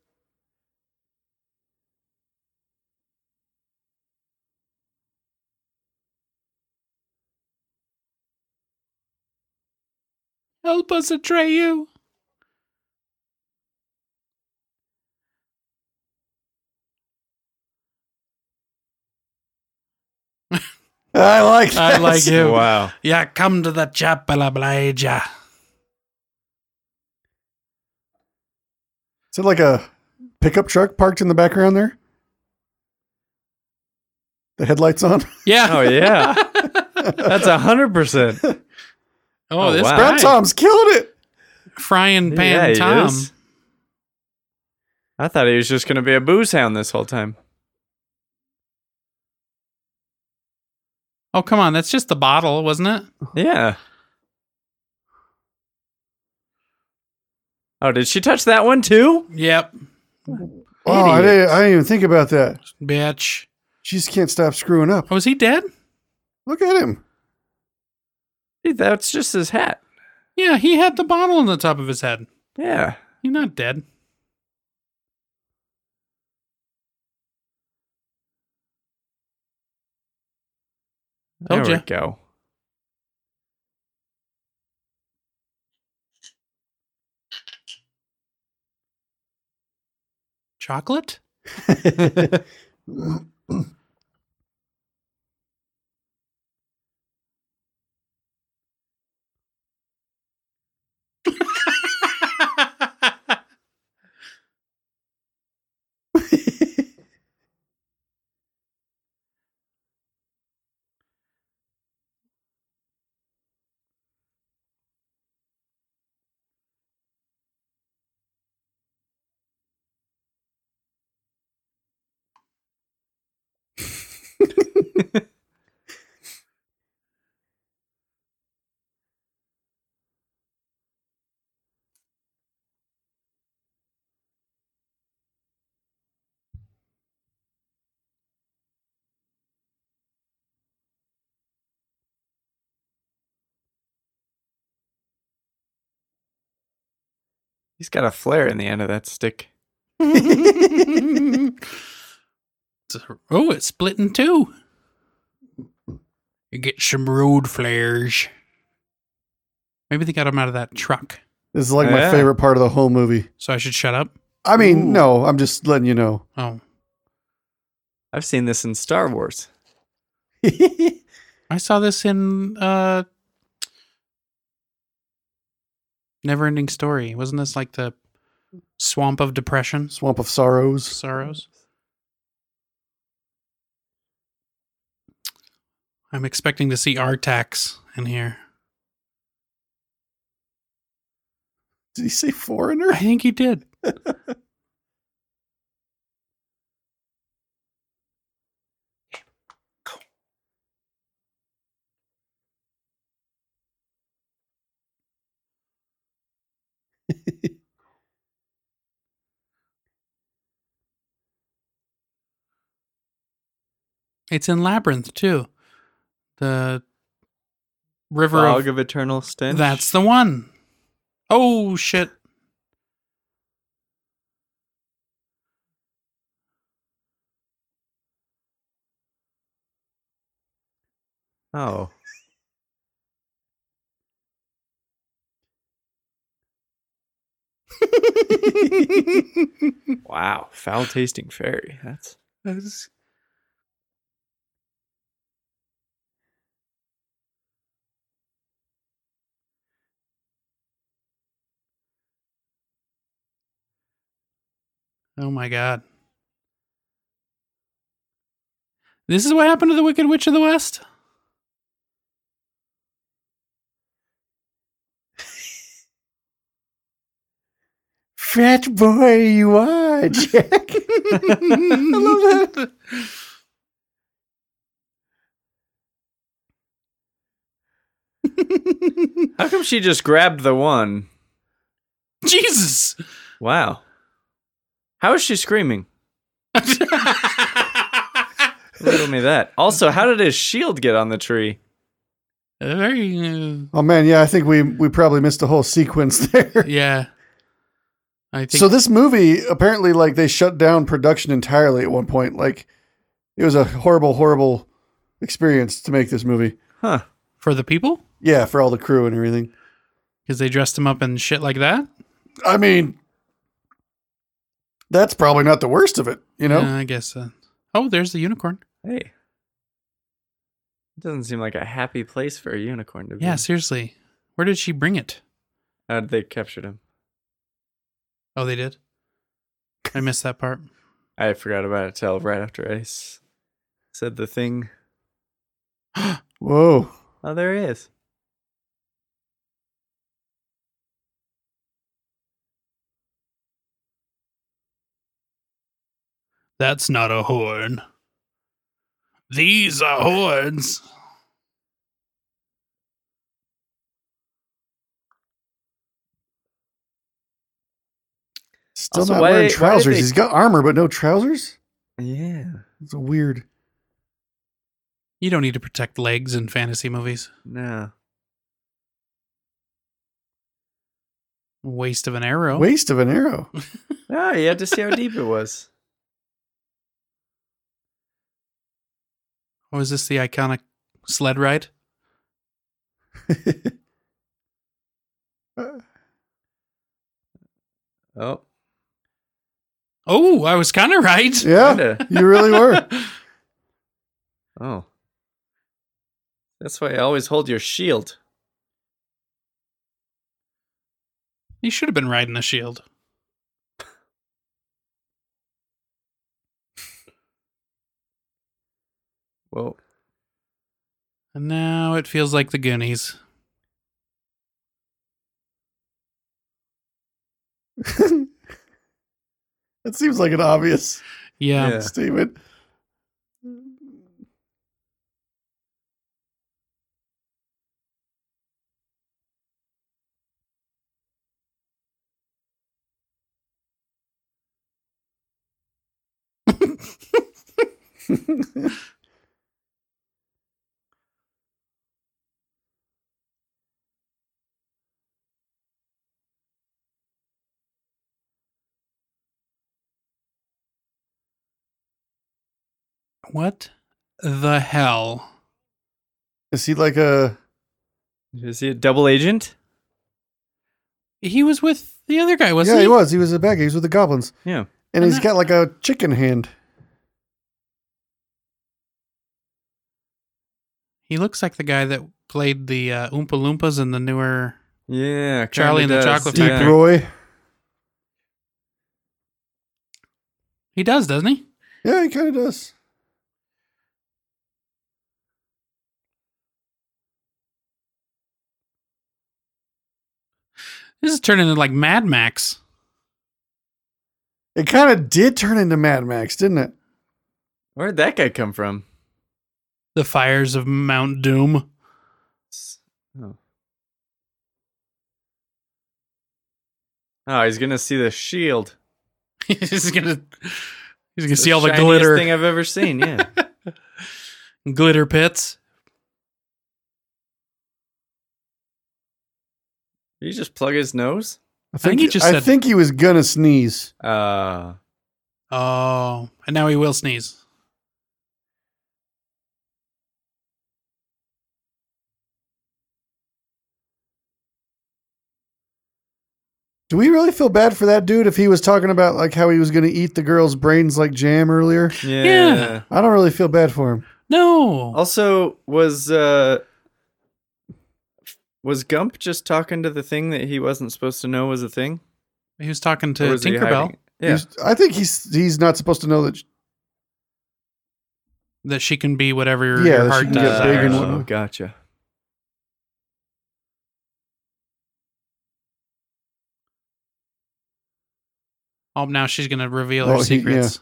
S1: Help us, Atreyu.
S2: I like
S1: I
S2: that.
S1: like it. Ew.
S3: Wow.
S1: Yeah, come to the chapel, oblige ya.
S2: Is it like a pickup truck parked in the background there? The headlights on? (laughs)
S1: Yeah.
S3: (laughs)
S1: (laughs)
S3: Oh yeah. That's a hundred percent.
S1: Oh,
S3: Oh,
S1: this
S3: wow.
S2: Brown
S1: guy.
S2: Tom's killing it.
S1: Frying
S3: Yeah,
S1: pan
S3: he
S1: Tom.
S3: is. I thought he was just gonna be a booze hound this whole time.
S1: Oh, come on. That's just the bottle, wasn't it?
S3: Yeah. Oh, did she touch that one too?
S1: Yep.
S2: Oh, I
S3: Idiot.
S2: didn't, I didn't even think about that.
S1: Bitch.
S2: She just can't stop screwing up.
S1: Oh, is he dead?
S2: Look at him.
S3: Dude, that's just his hat.
S1: Yeah, he had the bottle on the top of his head.
S3: Yeah.
S1: He's not dead.
S3: There
S1: Told
S3: we
S1: ya.
S3: go.
S1: Chocolate? (laughs)
S3: He's got a flare in the end of that stick.
S1: It's a- oh, it's split in two. You get some road flares. Maybe they got him out of that truck.
S2: this is like my
S3: Yeah.
S2: favorite part of the whole movie.
S1: So I should shut up?
S2: I mean,
S3: Ooh.
S2: no, I'm just letting you know.
S1: Oh,
S3: I've seen this in Star Wars.
S1: I saw this in uh Neverending Story. Wasn't this like the swamp of depression?
S2: Swamp of Sorrows.
S1: Sorrows? I'm expecting to see Artax in here.
S2: Did he say foreigner?
S1: I think he did. It's in Labyrinth too. The river
S3: Fog
S1: of,
S3: of Eternal Stench.
S1: that's the one. Oh shit.
S3: oh. wow, foul tasting fairy. That's
S1: That's- Oh my god. This is what happened to the Wicked Witch of the West?
S2: Fat boy you (laughs) are, Jack.
S1: I love that.
S3: how come she just grabbed the one?
S1: (laughs) Jesus. (laughs)
S3: Wow. How is she screaming? Riddle me that. Also, how did his shield get on the tree?
S1: Very uh,
S2: oh man, yeah, I think we we probably missed a whole sequence (laughs) there.
S1: yeah. I think
S2: So this movie apparently like they shut down production entirely at one point. Like it was a horrible, horrible experience to make this movie.
S3: Huh.
S1: for the people
S2: Yeah, for all the crew and everything.
S1: because they dressed him up in shit like that.
S2: I mean, that's probably not the worst of it, you know?
S1: Yeah, I guess. Uh, oh, there's the unicorn.
S3: Hey. It doesn't seem like a happy place for a unicorn to be.
S1: Yeah, seriously, where did she bring it?
S3: How did they captured him?
S1: Oh, they did. I missed that part.
S3: I forgot about it till right after I s- said the thing.
S2: Whoa.
S3: Oh, there he is.
S1: That's not a horn. These are horns.
S2: Still
S3: Also,
S2: not
S3: why- why
S2: wearing
S3: did
S2: trousers.
S3: they-
S2: He's got armor, but no trousers?
S3: Yeah.
S2: It's a weird.
S1: You don't need to protect legs in fantasy movies.
S3: No.
S1: Waste of an arrow.
S2: Waste of an
S3: (laughs)
S2: arrow.
S3: Oh, you had to see how deep it was.
S1: Oh, is this the iconic sled ride?
S3: (laughs) Oh.
S1: Oh, I was kind of right.
S2: yeah,
S3: Kinda.
S2: you really
S3: (laughs)
S2: were.
S3: Oh. That's why I always hold your shield.
S1: (laughs) He should have been riding the shield.
S3: Whoa.
S1: And now it feels like the Goonies.
S2: That seems like an obvious
S1: Yeah. (laughs)
S3: Yeah.
S2: statement.
S1: What the hell?
S2: Is he like a.
S3: Is he a double agent?
S1: He was with the other guy, wasn't
S2: yeah,
S1: he?
S2: he was. He was a bad guy. He was with the goblins.
S3: Yeah.
S2: And,
S1: And
S2: he's
S1: that-
S2: got like a chicken hand.
S1: He looks like the guy that played the uh, Oompa Loompas in the newer.
S3: Yeah. kinda
S1: Charlie and the
S3: does,
S1: Chocolate
S2: Deep
S1: Yeah.
S2: Roy.
S1: He does, doesn't he?
S2: Yeah, he kind of does.
S1: This is turning into like Mad Max.
S2: It kind of did turn into Mad Max, didn't it?
S3: Where'd that guy come from?
S1: The fires of Mount Doom. (laughs)
S3: Oh, he's gonna see the shield.
S1: he's gonna he's gonna
S3: The
S1: see all the
S3: shiniest
S1: glitter
S3: thing I've ever seen.
S1: (laughs)
S3: Yeah.
S1: glitter pits.
S3: Did he just plug his nose?
S2: I
S1: think he just
S2: I
S1: said-
S2: think he was gonna sneeze.
S3: Uh,
S1: Oh, and now he will sneeze.
S2: Do we really feel bad for that dude if he was talking about like how he was gonna eat the girl's brains like jam earlier?
S3: yeah.
S1: Yeah.
S2: I don't really feel bad for him.
S1: No.
S3: Also, was uh, was Gump just talking to the thing that he wasn't supposed to know was a thing?
S1: he was talking to
S3: Or was he hiding
S1: Tinkerbell
S3: it? Yeah.
S2: He's- I think he's he's not supposed to know that.
S1: that she can be whatever
S2: Yeah,
S1: your
S2: that
S1: heart
S2: she can get
S1: desires.
S2: big and
S3: Oh,
S2: whatnot.
S3: gotcha.
S1: Oh, now she's gonna reveal
S2: Oh,
S1: her
S2: he-
S1: secrets.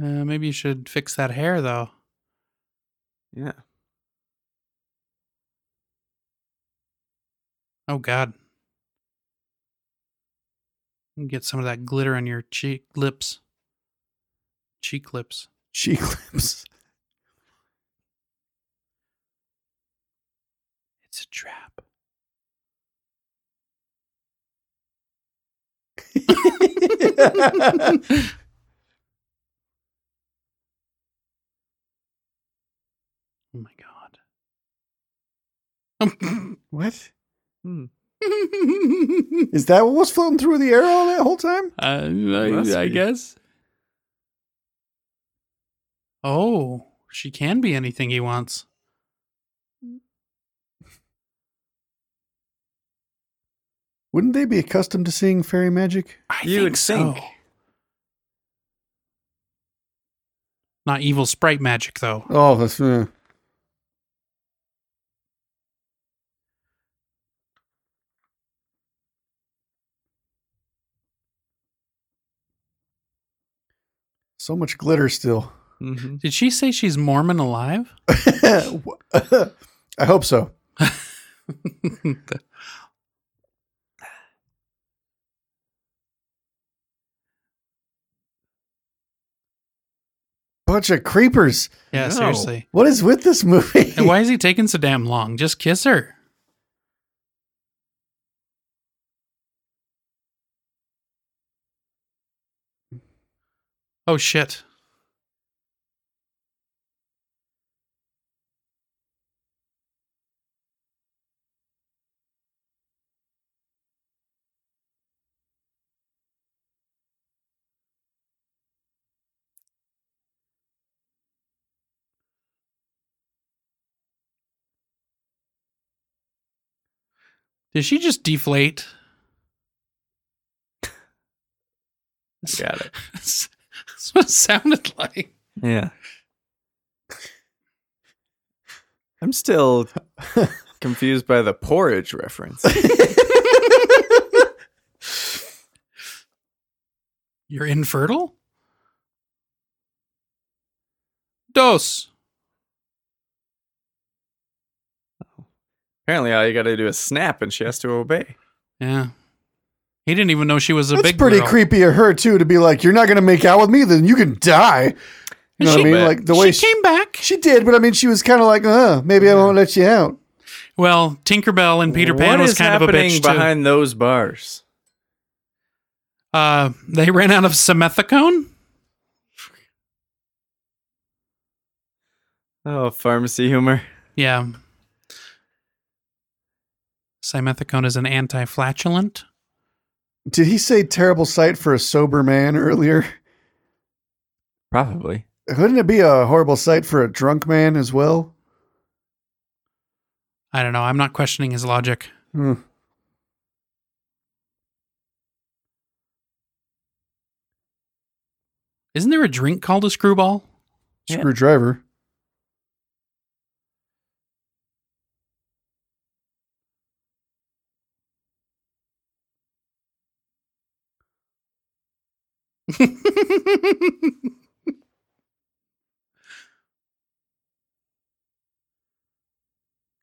S1: Uh, maybe you should fix that hair, though.
S3: Yeah.
S1: Oh God, You get some of that glitter on your cheek lips, cheek lips.
S2: She (laughs) clips.
S1: It's a trap. Oh my god. (laughs)
S2: What
S3: Hmm.
S1: Uh,
S2: is that? What was floating through the air all that whole time?
S3: Must
S1: I, I
S3: be.
S1: guess. Oh, she can be anything he wants.
S2: Wouldn't they be accustomed to seeing fairy magic?
S1: I
S3: You would think.
S1: Not evil sprite magic, though.
S2: Oh, that's uh, so much glitter still. (laughs)
S3: hmm
S1: Did she say she's Mormon
S3: (laughs)
S1: alive?
S2: I hope so. Bunch of creepers.
S1: yeah,
S3: No.
S1: seriously.
S3: (laughs)
S2: What is with this movie?
S1: And
S2: (laughs)
S1: why is he taking so damn long? Just kiss her. Oh shit. Did she just
S2: (laughs)
S1: deflate?
S3: Got it.
S1: (laughs) That's what it sounded like.
S3: Yeah.
S1: (laughs)
S3: I'm still confused by the porridge reference.
S1: You're infertile? Dos.
S3: Apparently, all you got to do is snap, and she has to obey.
S1: Yeah. He didn't even know she was a
S2: That's
S1: big
S2: pretty
S1: girl.
S2: creepy of her too to be like, "You're not going to make out with me, then you can die." You know
S1: She-
S2: what I mean? Like the way
S1: she,
S2: she,
S1: came back.
S2: she did, but I mean, she was kind of like, "Uh, maybe I won't let you out."
S1: Well, Tinkerbell and Peter Pan
S3: What
S1: was
S3: is
S1: kind of a
S3: happening
S1: bitch too.
S3: behind those bars?
S1: Uh, they ran out of simethicone.
S3: Oh, pharmacy humor.
S1: Yeah. Simethicone is an anti-flatulent.
S2: Did he say terrible sight for a sober man earlier? (laughs)
S3: Probably.
S2: Wouldn't it be a horrible sight for a drunk man as well?
S1: I don't know. I'm not questioning his logic.
S2: Hmm.
S1: Isn't there a drink called a screwball?
S3: Yeah.
S2: Screwdriver.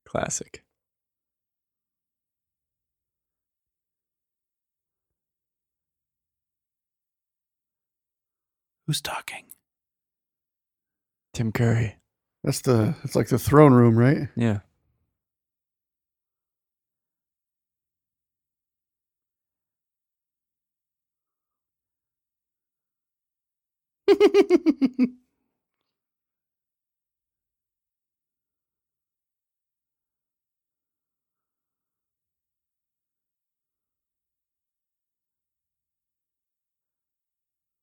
S3: Classic.
S1: Who's talking?
S3: Tim Curry.
S2: That's the. It's like the throne room, right?
S3: Yeah.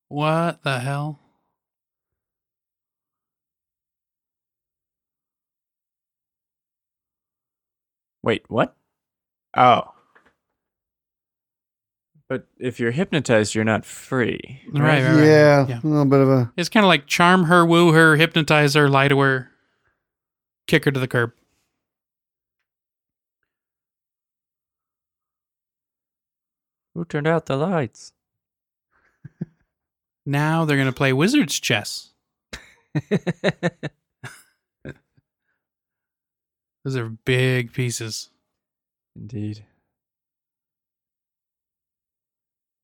S1: What the hell?
S3: Wait, what? Oh. But if you're hypnotized, you're not free.
S1: Right, right, right.
S2: yeah,
S1: yeah.
S2: a little bit of a.
S1: It's kind of like charm her, woo her, hypnotize her, lie to her, kick her to the curb.
S3: Who turned out
S1: (laughs)
S3: the lights?
S1: Now they're gonna play wizard's chess. Those are big pieces.
S3: Indeed.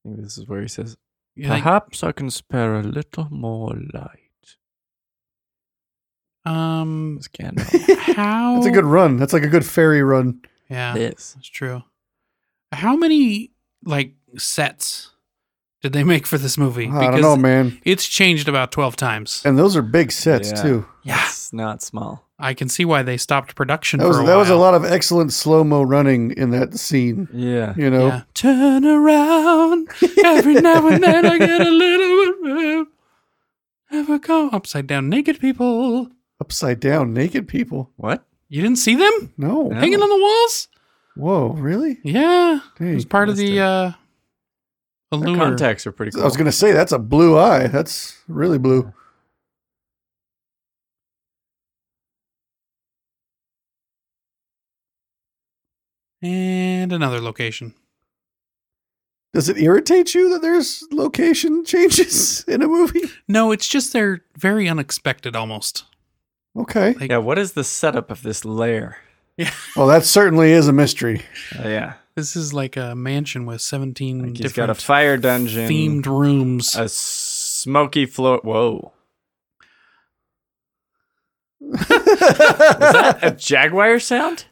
S3: I think this is where he says,
S1: You think-
S3: Perhaps I can spare a little more light.
S2: (laughs)
S1: um,
S3: Miss Gandalf.
S1: how?
S2: That's Uh-huh. a good run. That's like a good fairy run.
S1: (laughs) Yeah,
S3: this.
S1: that's true. How many like sets did they make for this movie?
S2: I don't know, man.
S1: it's changed about twelve times.
S2: And those are big sets
S3: Yeah.
S2: too.
S1: Yeah,
S3: It's not small.
S1: I can see why they stopped production.
S2: That
S1: for
S2: was
S1: a
S2: that was a
S1: while.
S2: lot of excellent slow mo running in that scene.
S3: Yeah.
S2: You know,
S1: Yeah. Turn around every now and then. I get a little bit. Never go upside down naked people.
S2: upside down, naked people.
S3: What?
S1: You didn't see them
S2: No.
S3: No.
S1: hanging on the walls?
S2: Whoa, really?
S1: Yeah, it was
S2: Dang.
S1: part of
S3: missed
S1: the
S3: it.
S1: uh,
S3: Their
S1: allure.
S3: contacts are pretty cool.
S2: I was gonna say that's a blue eye. That's really blue.
S1: And another location.
S2: Does it irritate you that there's location changes (laughs) in a movie?
S1: No, it's just they're very unexpected, almost.
S2: Okay.
S1: Like-
S3: yeah, what is the setup of this lair?
S2: Well, that certainly is a mystery.
S3: Uh, yeah.
S1: This is like a mansion with seventeen
S3: Like he's
S1: different
S3: got a fire dungeon,
S1: themed rooms.
S3: a smoky floor. Whoa. Is that a jaguar sound?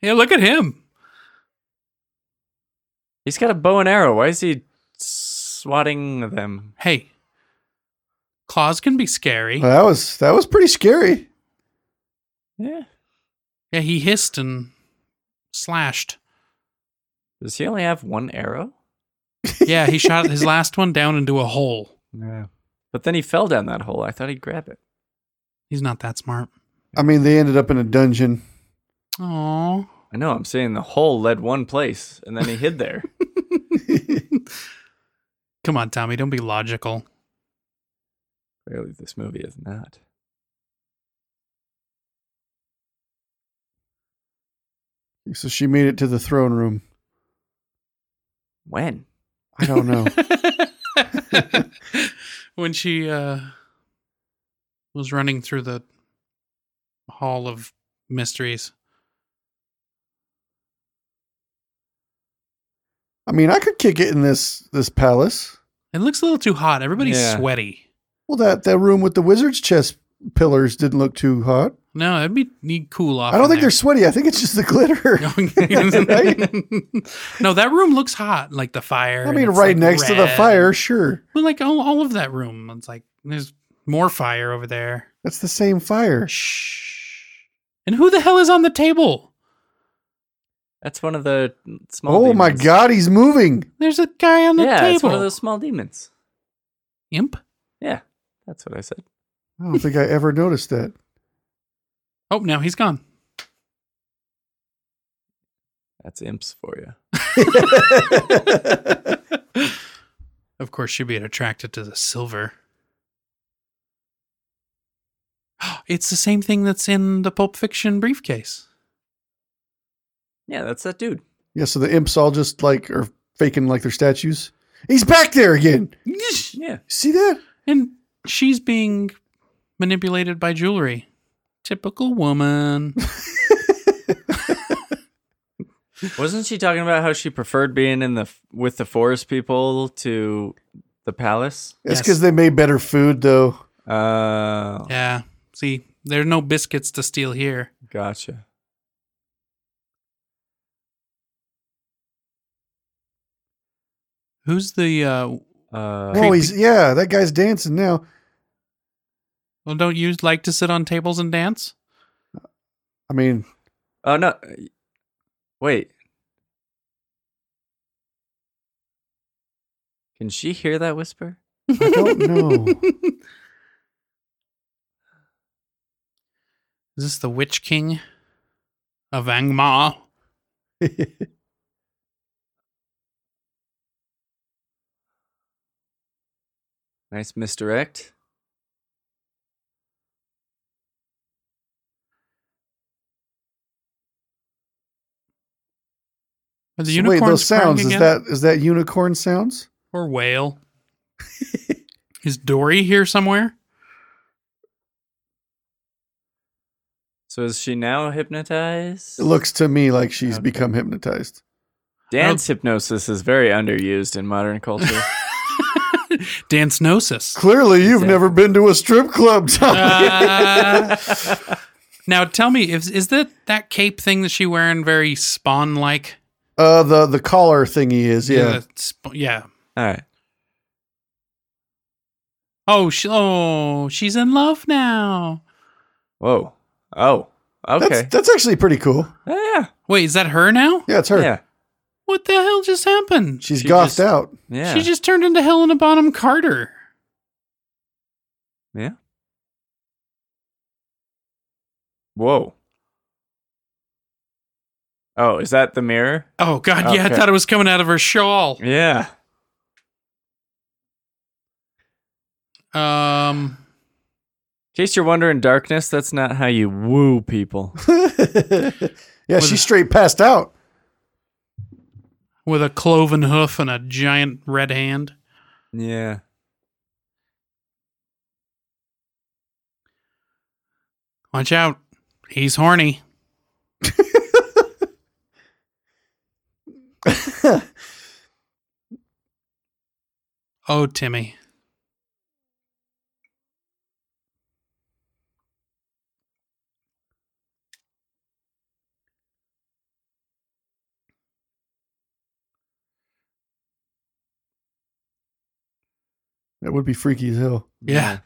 S1: yeah, look at him.
S3: He's got a bow and arrow. Why is he swatting them?
S1: Hey, claws can be scary.
S2: Well, that was that was pretty scary.
S3: Yeah.
S1: Yeah, he hissed and slashed.
S3: Does he only have one arrow?
S1: Yeah, he shot
S2: (laughs)
S1: his last one down into a hole.
S3: Yeah. But then he fell down that hole. I thought he'd grab it.
S1: He's not that smart.
S2: I mean, they ended up in a dungeon.
S1: Aw.
S3: I know. I'm saying the hole led one place, and then he hid there.
S1: Come on, Tommy, don't be
S2: (laughs)
S1: logical.
S3: Clearly, this movie is not.
S2: So she made it to the throne room.
S3: When?
S2: I don't
S1: (laughs)
S2: know.
S1: when she uh, was running through the hall of mysteries.
S2: I mean, I could kick it in this this palace.
S1: It looks a little too hot. Everybody's
S3: Yeah.
S1: sweaty.
S2: Well, that that room with the wizard's chest pillars didn't look too hot.
S1: No, it'd be need cool off.
S2: I don't
S1: in
S2: think
S1: there.
S2: they're sweaty. I think it's just the glitter.
S1: (laughs)
S2: (laughs)
S1: no, that room looks hot, like the fire.
S2: I
S1: and
S2: mean,
S1: it's,
S2: right
S1: like,
S2: next to the
S1: red.
S2: fire, sure.
S1: Well, like all, all of that room. It's like there's more fire over there.
S2: That's the same fire.
S1: Shh. And who the hell is on the table?
S3: That's one of the small.
S2: Oh my
S3: demons.
S2: God, he's moving.
S1: There's a guy on the
S3: yeah,
S1: table.
S3: it's one of those small demons.
S1: Imp.
S3: Yeah, that's what I said.
S2: I don't think I ever noticed that.
S1: Oh, now he's gone.
S3: That's imps for you. (laughs)
S1: Of course, she'd be attracted to the silver. (gasps) It's the same thing that's in the Pulp Fiction briefcase.
S3: Yeah, that's that dude.
S2: Yeah, so the imps all just like are faking like their statues. He's back there again.
S3: Yeah.
S2: See that?
S1: And she's being manipulated by jewelry. Typical
S3: (laughs)
S1: woman.
S3: Wasn't she talking about how she preferred being in the f- with the forest people to the palace?
S2: That's
S1: Yes.
S2: because they made better food, though.
S3: Oh,
S1: yeah. See, there are no biscuits to steal here.
S3: gotcha.
S1: Who's the uh
S3: Uh,
S2: Oh, he's yeah, that guy's dancing now.
S1: well don't you like to sit on tables and dance?
S2: I mean, (laughs)
S3: oh no, wait. Can she hear that whisper?
S2: I don't know.
S1: (laughs) Is this the Witch King of Angmar?
S3: Nice misdirect.
S1: Or the
S2: So wait,
S1: unicorn
S2: those
S1: sprung
S2: sounds is
S1: again?
S2: that is that unicorn sounds?
S1: or whale? (laughs) Is Dory here somewhere? (laughs)
S3: So is she now hypnotized?
S2: It looks to me like she's become hypnotized.
S3: Dance hypnosis is very underused in modern (laughs) culture.
S1: Dance Gnosis.
S2: Clearly, you've
S3: Exactly.
S2: never been to a strip club, (laughs) Tommy.
S1: Uh, (laughs) now tell me, is, is that that cape thing that she wearing very spawn like?
S2: Uh, the the collar thingy is yeah.
S1: sp- yeah.
S3: All right.
S1: Oh, she, oh, she's in love now.
S3: Whoa. Oh.
S2: That's
S3: Okay.
S2: that's actually pretty cool.
S3: Oh, yeah.
S1: Wait, is that her now?
S2: Yeah, it's her.
S3: Yeah.
S1: What the hell just happened?
S2: She's
S3: She
S2: gothed
S3: just-
S2: out. (laughs)
S3: Yeah.
S1: She just turned into Helena Bonham Carter.
S3: yeah. Whoa. Oh, is that the mirror?
S1: Oh God, yeah, I
S3: Okay.
S1: thought it was coming out of her shawl.
S3: Yeah.
S1: Um,
S3: In case you're wondering, darkness, that's not how you woo people.
S2: yeah, she straight passed out.
S1: with a cloven hoof and a giant red hand.
S3: yeah.
S1: Watch out, he's
S3: (laughs)
S1: horny. oh,
S3: (laughs)
S1: Timmy.
S2: That would be freaky as hell.
S1: Yeah.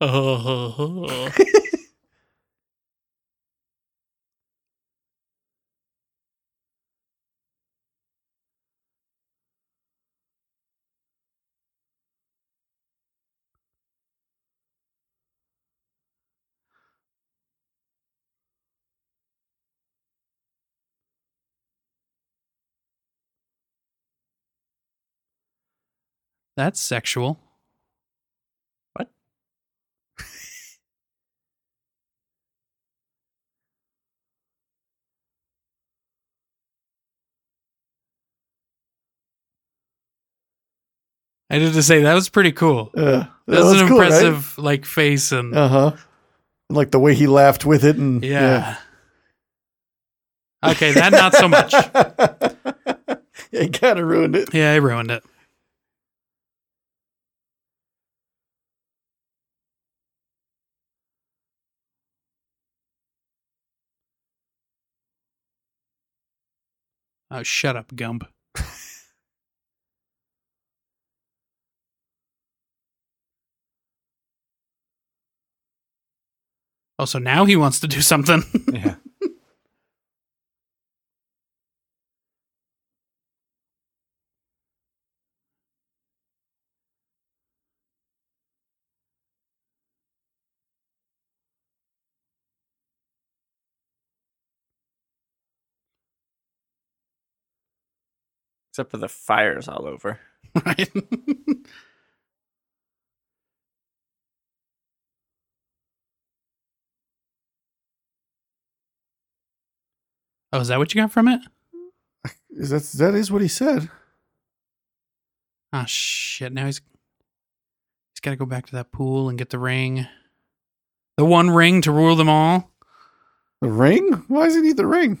S1: Oh. That's sexual. (laughs) I did to say that was pretty cool.
S2: Uh, that
S1: That was,
S2: was
S1: an
S2: cool, right?
S1: impressive like face and
S2: Uh huh. Like the way he laughed with it, and
S1: yeah. Okay, that not so much.
S2: (laughs) it kind of ruined it.
S1: Yeah, I ruined it. Oh, shut up, Gump. (laughs) oh, so now he wants to do something.
S3: (laughs) Yeah. Except for the fires all over.
S1: Right? (laughs) oh, is that what you got from it?
S2: Is that that is what he said?
S1: Ah, shit. Now he's he's got to go back to that pool and get the ring. The one ring to rule them all.
S2: The ring? Why does he need the ring?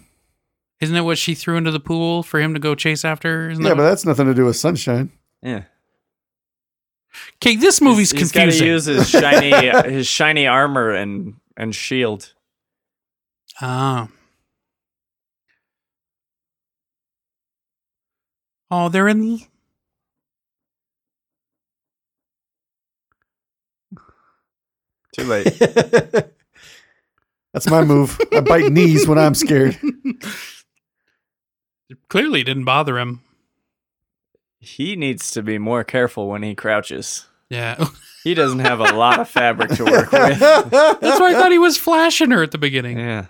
S1: Isn't it what she threw into the pool for him to go chase after? Isn't
S2: Yeah,
S1: that
S2: but that's nothing to do with sunshine.
S3: Yeah.
S1: Okay, this movie's
S3: he's,
S1: confusing.
S3: He's got to use his (laughs) shiny his shiny armor and and shield.
S1: Ah. Oh, they're in.
S3: Too late.
S2: That's my move. I bite knees when I'm scared.
S1: Clearly didn't bother him.
S3: he needs to be more careful when he crouches.
S1: Yeah.
S3: He doesn't have a lot of fabric to
S1: (laughs)
S3: work with.
S1: That's
S2: That's
S1: why I thought he was flashing her at the beginning.
S3: Yeah.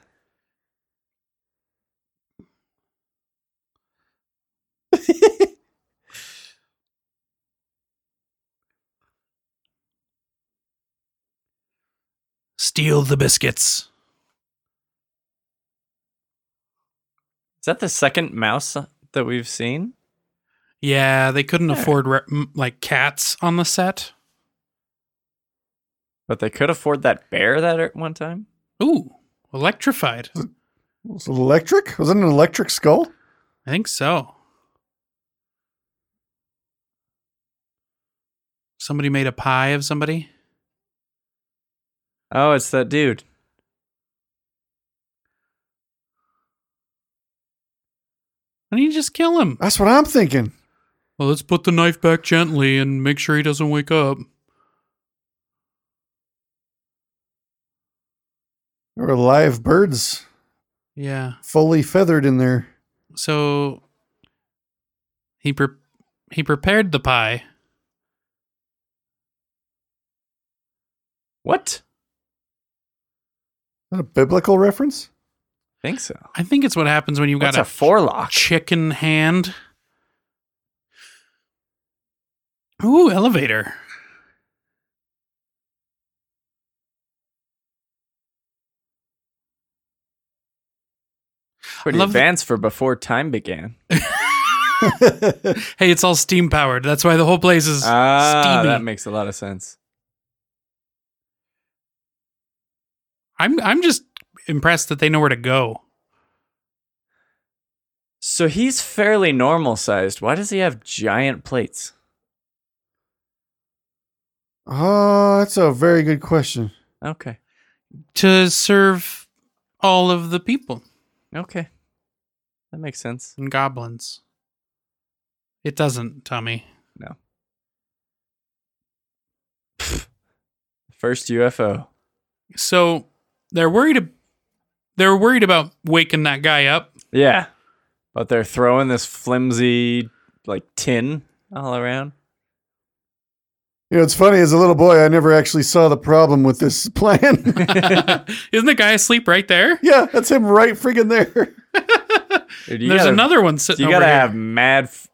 S1: Steal the biscuits.
S3: Is that the second mouse that we've seen?
S1: Yeah, they couldn't
S3: Sure.
S1: afford re- m- like cats on the set.
S3: But they could afford that bear that at one time.
S1: Ooh, electrified.
S2: Was it electric? Was it an electric skull?
S1: I think so. Somebody made a pie of somebody.
S3: Oh, it's that dude.
S1: And you just kill him.
S2: That's what I'm thinking.
S1: Well, let's put the knife back gently and make sure he doesn't wake up.
S2: There were live birds,
S1: Yeah.
S2: fully feathered in there.
S1: So he pre- he prepared the pie.
S3: What?
S2: Is that a biblical reference? (laughs)
S3: I think so.
S1: I think it's what happens when you've got
S3: That's a,
S1: a,
S3: forelock.
S1: chicken hand. Ooh, elevator.
S3: Pretty
S1: love the-
S3: advanced for before time began.
S1: Hey, it's all steam powered. That's why the whole place is
S3: Ah,
S1: steamy.
S3: that makes a lot of sense.
S1: I'm I'm just impressed that they know where to go.
S3: So he's fairly normal sized. Why does he have giant plates?
S2: Oh, that's a very good question.
S3: Okay.
S1: To serve all of the people
S3: Okay. That makes sense.
S1: and goblins. It doesn't, Tommy.
S3: First UFO.
S1: So they're worried they're worried about waking that guy
S3: (laughs)
S1: up.
S3: Yeah. But they're throwing this flimsy like tin
S1: (laughs)
S3: all around.
S2: You know, it's funny. As a little boy, I never actually saw the problem with this (laughs)
S3: (laughs)
S2: plan.
S1: Isn't the guy asleep right there?
S2: yeah, that's him right freaking there.
S3: Dude, you
S1: There's
S3: gotta,
S1: another one sitting
S3: You
S1: over
S3: gotta
S1: here.
S3: have mad. F-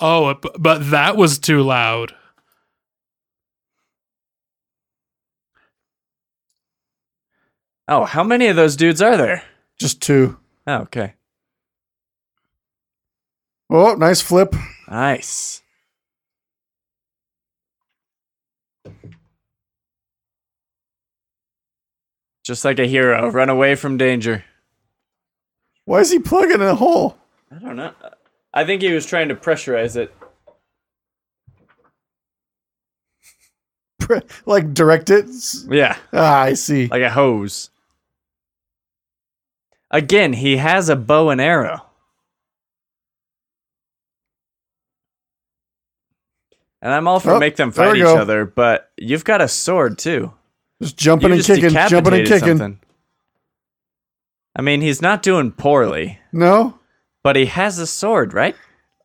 S1: oh, b- but that was too loud.
S3: oh, how many of those dudes are there?
S2: Just two.
S3: Oh, okay.
S2: Oh, nice flip.
S3: Nice. Just like a hero, run away from danger.
S2: Why is he plugging a hole?
S3: I don't know. I think he was trying to pressurize it.
S2: Pre- Like direct it? S-
S3: Yeah,
S2: Ah, I see.
S3: like a hose. Again, he has a bow and arrow. And I'm all for
S2: Oh,
S3: make them
S2: there
S3: fight
S2: we
S3: each
S2: go.
S3: other, but you've got a sword too.
S2: Just jumping
S3: You
S2: and
S3: just
S2: kicking, jumping and
S3: decapitated
S2: kicking.
S3: something. I mean, he's not doing poorly,
S2: No,
S3: but he has a sword, right?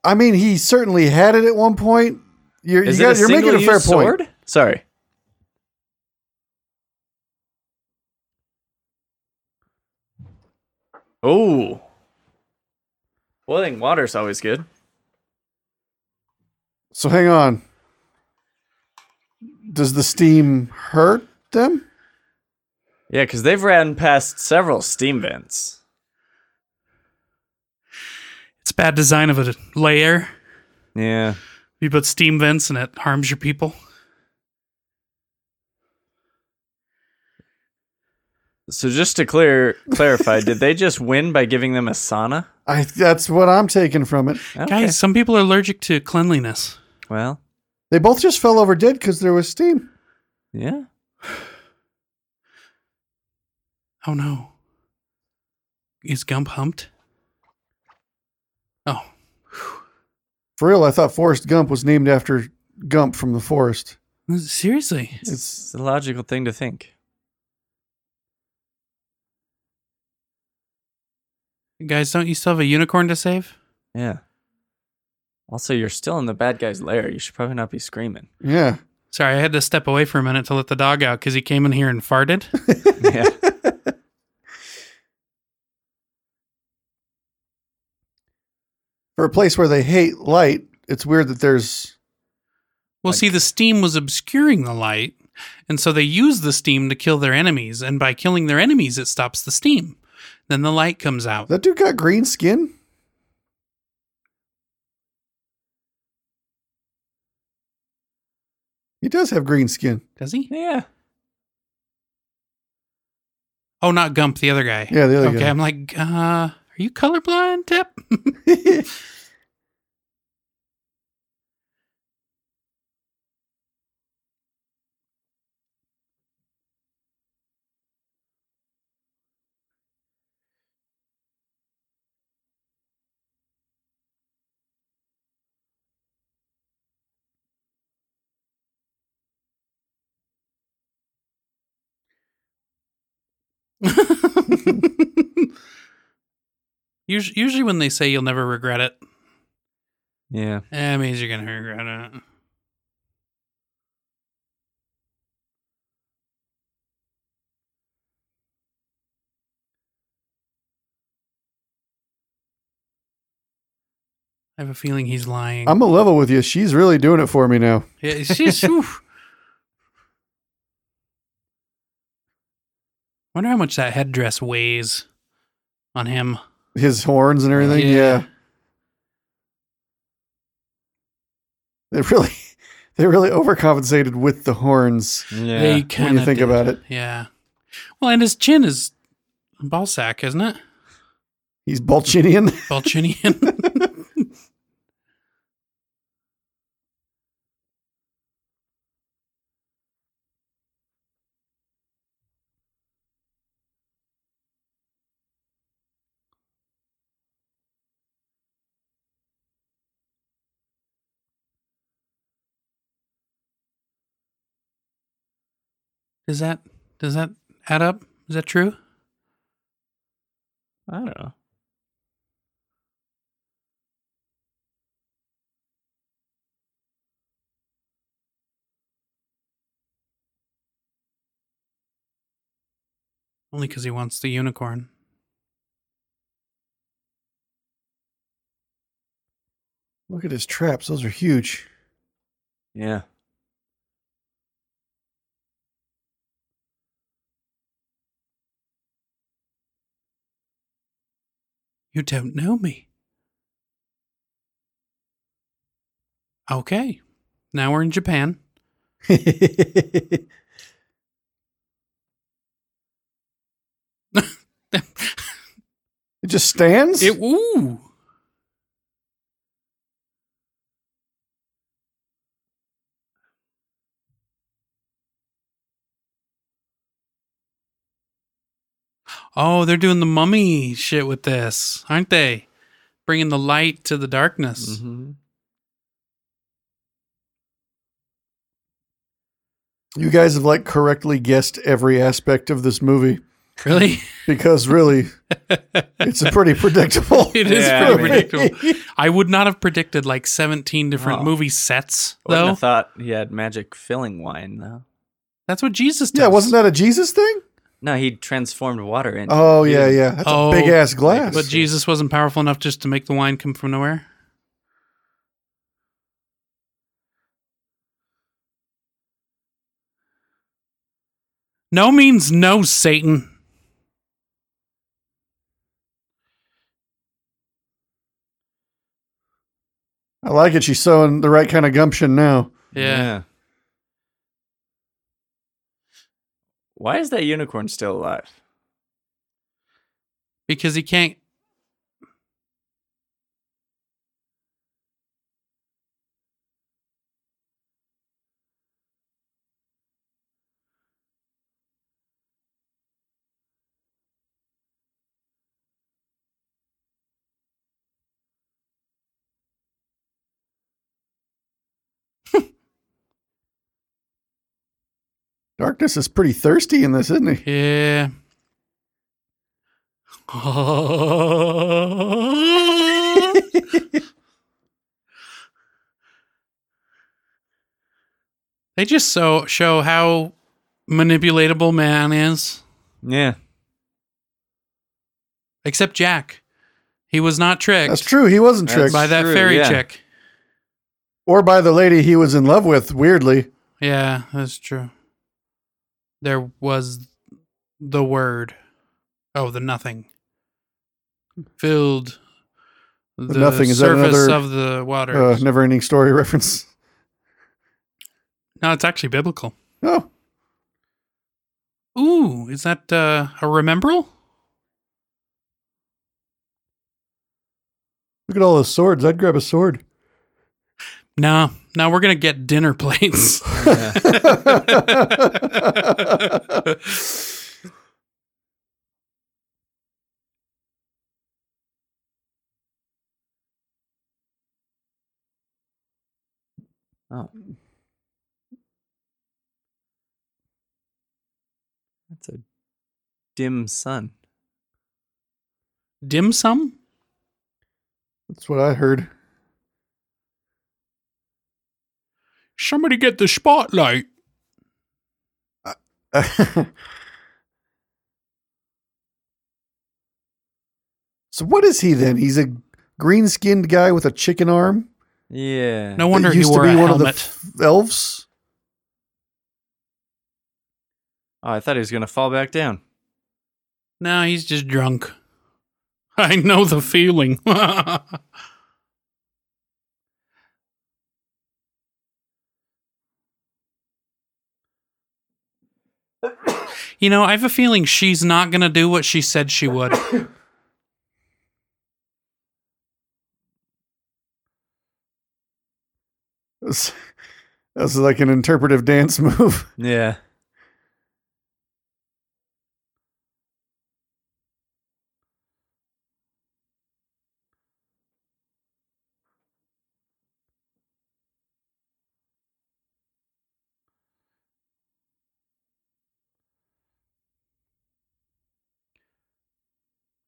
S2: I mean he certainly had it at one point. You're, you
S3: Is
S2: got,
S3: it a
S2: you're making a fair
S3: single-use sword?
S2: point.
S3: Sorry. Oh. Boiling water's always good.
S2: So hang on. Does the steam hurt them?
S3: Yeah, because they've ran past several steam vents.
S1: It's bad design of a layer.
S3: Yeah.
S1: You put steam vents and it harms your people.
S3: So just to clear clarify, did they just win by giving them a sauna?
S2: I that's what I'm taking from it.
S3: Okay.
S1: Guys, some people are allergic to cleanliness.
S3: Well,
S2: They both just fell over dead because there was steam.
S3: yeah.
S1: Oh no. Is Gump humped? Oh,
S2: For real, I thought Forrest Gump was named after Gump from the forest.
S1: seriously?
S3: It's, it's a logical thing to think.
S1: Guys, don't you still have a unicorn to save?
S3: Yeah. Also, you're still in the bad guy's lair. You should probably not be (laughs) screaming.
S2: Yeah.
S1: Sorry, I had to step away for a minute to let the dog out because he came in here and farted.
S3: Yeah.
S2: For a place where they hate light, it's weird that there's
S1: Well, see, the steam was obscuring the light, and so they use the steam to kill their enemies, and by killing their enemies, it stops the steam. Then the light comes out.
S2: that dude got green skin. He does have green skin.
S1: Does he?
S3: yeah.
S1: Oh, not Gump, the other guy.
S2: Yeah, the other
S1: okay,
S2: guy.
S1: I'm like, uh, are you colorblind, Tip? (laughs) Us- Usually, when they say you'll never regret it,
S3: Yeah.
S1: that means you're gonna regret it. I have a feeling he's lying.
S2: I'm a level with you. She's really doing it for me now.
S1: Yeah,
S2: (laughs)
S1: she's. oof. Wonder how much that headdress weighs on him.
S2: His horns and everything.
S1: Yeah.
S2: Yeah. They really (laughs) they really overcompensated with the horns.
S3: Yeah.
S1: They kind
S2: you think about it.
S1: Yeah. Well, and his chin is ball sack, isn't it?
S2: He's Balchinian.
S1: Balchinian. (laughs) does that does that add up? Is that true?
S3: I don't know.
S1: Only because he wants the unicorn.
S2: (laughs) Look at his traps. Those are huge.
S3: Yeah.
S1: You don't know me. Okay. Now we're in
S3: (laughs)
S1: Japan.
S2: It just stands.
S1: It ooh. Oh, they're doing the mummy shit with this, aren't they? Bringing the light to the darkness.
S3: Mm-hmm.
S2: you guys have like correctly guessed every aspect of this movie
S1: Really? (laughs)
S2: because really, it's a pretty predictable.
S1: (laughs) It
S2: (laughs)
S1: is
S3: Yeah,
S1: pretty
S3: I
S2: mean-
S1: predictable. I would not have predicted like 17 different
S3: Oh.
S1: movie sets,
S3: Wouldn't
S1: though.
S3: have thought he had magic filling wine though.
S1: That's what Jesus does.
S2: yeah, wasn't that a Jesus thing?
S3: No, he transformed water into.
S2: Oh yeah, yeah. That's
S1: Oh,
S2: a big ass glass.
S1: But Jesus wasn't powerful enough just to make the wine come from nowhere. No means no, Satan.
S2: I like it. She's sowing the right kind of gumption now.
S3: Why is that unicorn still alive?
S1: Because he can't.
S2: Darkness is pretty thirsty in this, isn't he?
S1: Yeah. (laughs) they just so show how manipulatable man is.
S3: Yeah.
S1: Except Jack. He was not tricked
S2: That's true. He wasn't
S3: That's
S2: tricked,
S1: by that
S3: true,
S1: fairy
S3: yeah.
S1: chick.
S2: or by the lady he was in love with. Weirdly,
S1: Yeah, that's true. There was the word. Oh, the nothing. Filled the,
S2: Hmm. nothing, is that
S1: surface
S2: another,
S1: of the water.
S2: uh, never-ending story (laughs) reference.
S1: no, it's actually biblical.
S2: Oh,
S1: Ooh, is that uh, a rememberal?
S2: look at all those swords. I'd grab a sword.
S1: No, no, we're going to get dinner
S2: (laughs)
S1: plates.
S3: Oh. That's a dim sun.
S1: Dim sum?
S2: That's what I heard. (laughs)
S1: Somebody get the spotlight.
S2: so what is he then? He's a green-skinned guy with a chicken arm.
S3: Yeah.
S1: No
S2: that
S1: wonder he
S2: used
S1: wore
S2: to be
S1: a
S2: one
S1: helmet.
S2: of the f- elves.
S3: Oh, I thought he was gonna fall back down.
S1: no, he's just drunk. (laughs) I know the feeling. (laughs) you know, I have a feeling she's not going to do what she said she would. (coughs)
S2: That's, that's like an interpretive dance (laughs) move.
S3: Yeah.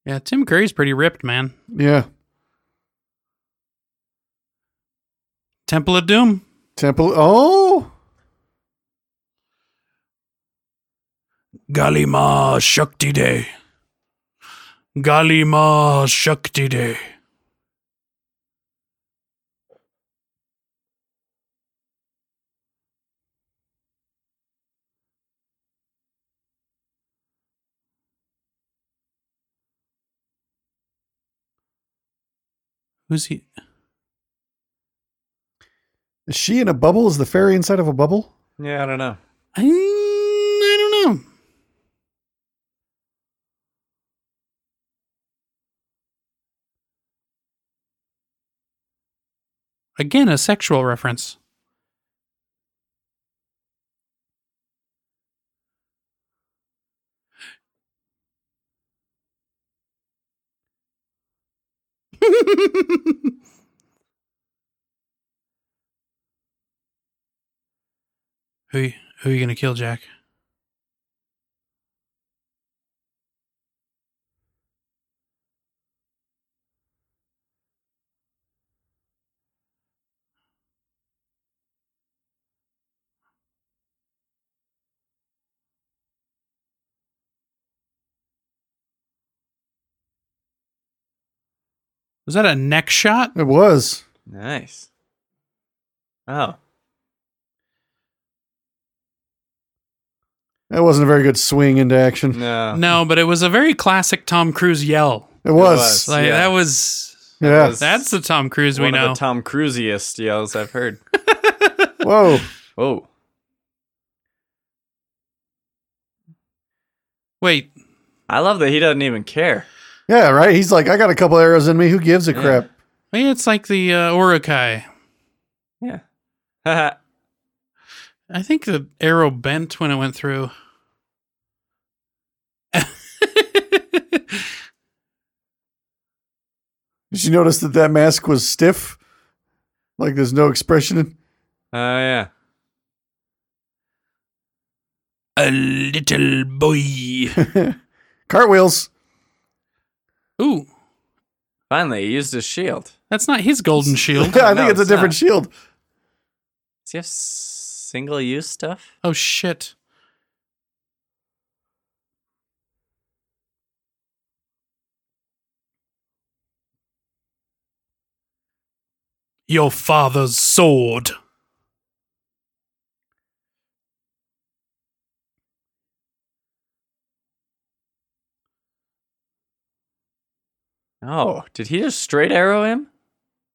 S1: Yeah, Tim Curry's pretty ripped, man.
S2: Yeah,
S1: Temple of Doom.
S2: temple. Oh,
S1: Galima Shakti Day. Galima Shakti Day. Who's he?
S2: is she in a bubble? Is the fairy inside of a bubble?
S3: Yeah, I don't know.
S1: I, I don't know. Again, a sexual reference. Who y- who are you gonna kill, Jack? Was that a neck shot?
S2: It was.
S3: Nice. Oh.
S2: That wasn't a very good swing into action.
S3: No.
S1: No, but it was a very classic Tom Cruise yell.
S2: It
S3: was.
S2: was.
S1: Like
S3: Yeah.
S1: that was
S2: Yeah.
S3: was-
S1: that's the Tom Cruise we
S3: One
S1: know.
S3: of the Tom Cruiseiest yells I've heard.
S2: Whoa.
S3: Oh.
S1: Wait,
S3: I love that he doesn't even care.
S2: Yeah, right? He's like, I got a couple arrows in me. Who gives a
S3: Yeah.
S2: crap?
S1: yeah, it's like the uh, Orokai.
S3: (laughs) Yeah. Haha.
S1: I think the arrow bent when it went
S3: (laughs)
S1: through.
S2: Did you notice that that mask was stiff? Like there's no expression. (laughs) in-
S3: Oh yeah.
S1: a little boy.
S2: Cartwheels.
S1: Ooh,
S3: Finally, he used his shield.
S1: that's not his
S3: (laughs)
S1: golden shield.
S2: Yeah, (laughs) I
S3: No,
S2: think it's a
S3: it's
S2: different
S3: not.
S2: shield.
S3: Does he have single use stuff?
S1: Oh shit. Your father's sword.
S3: Oh, did he just straight arrow him?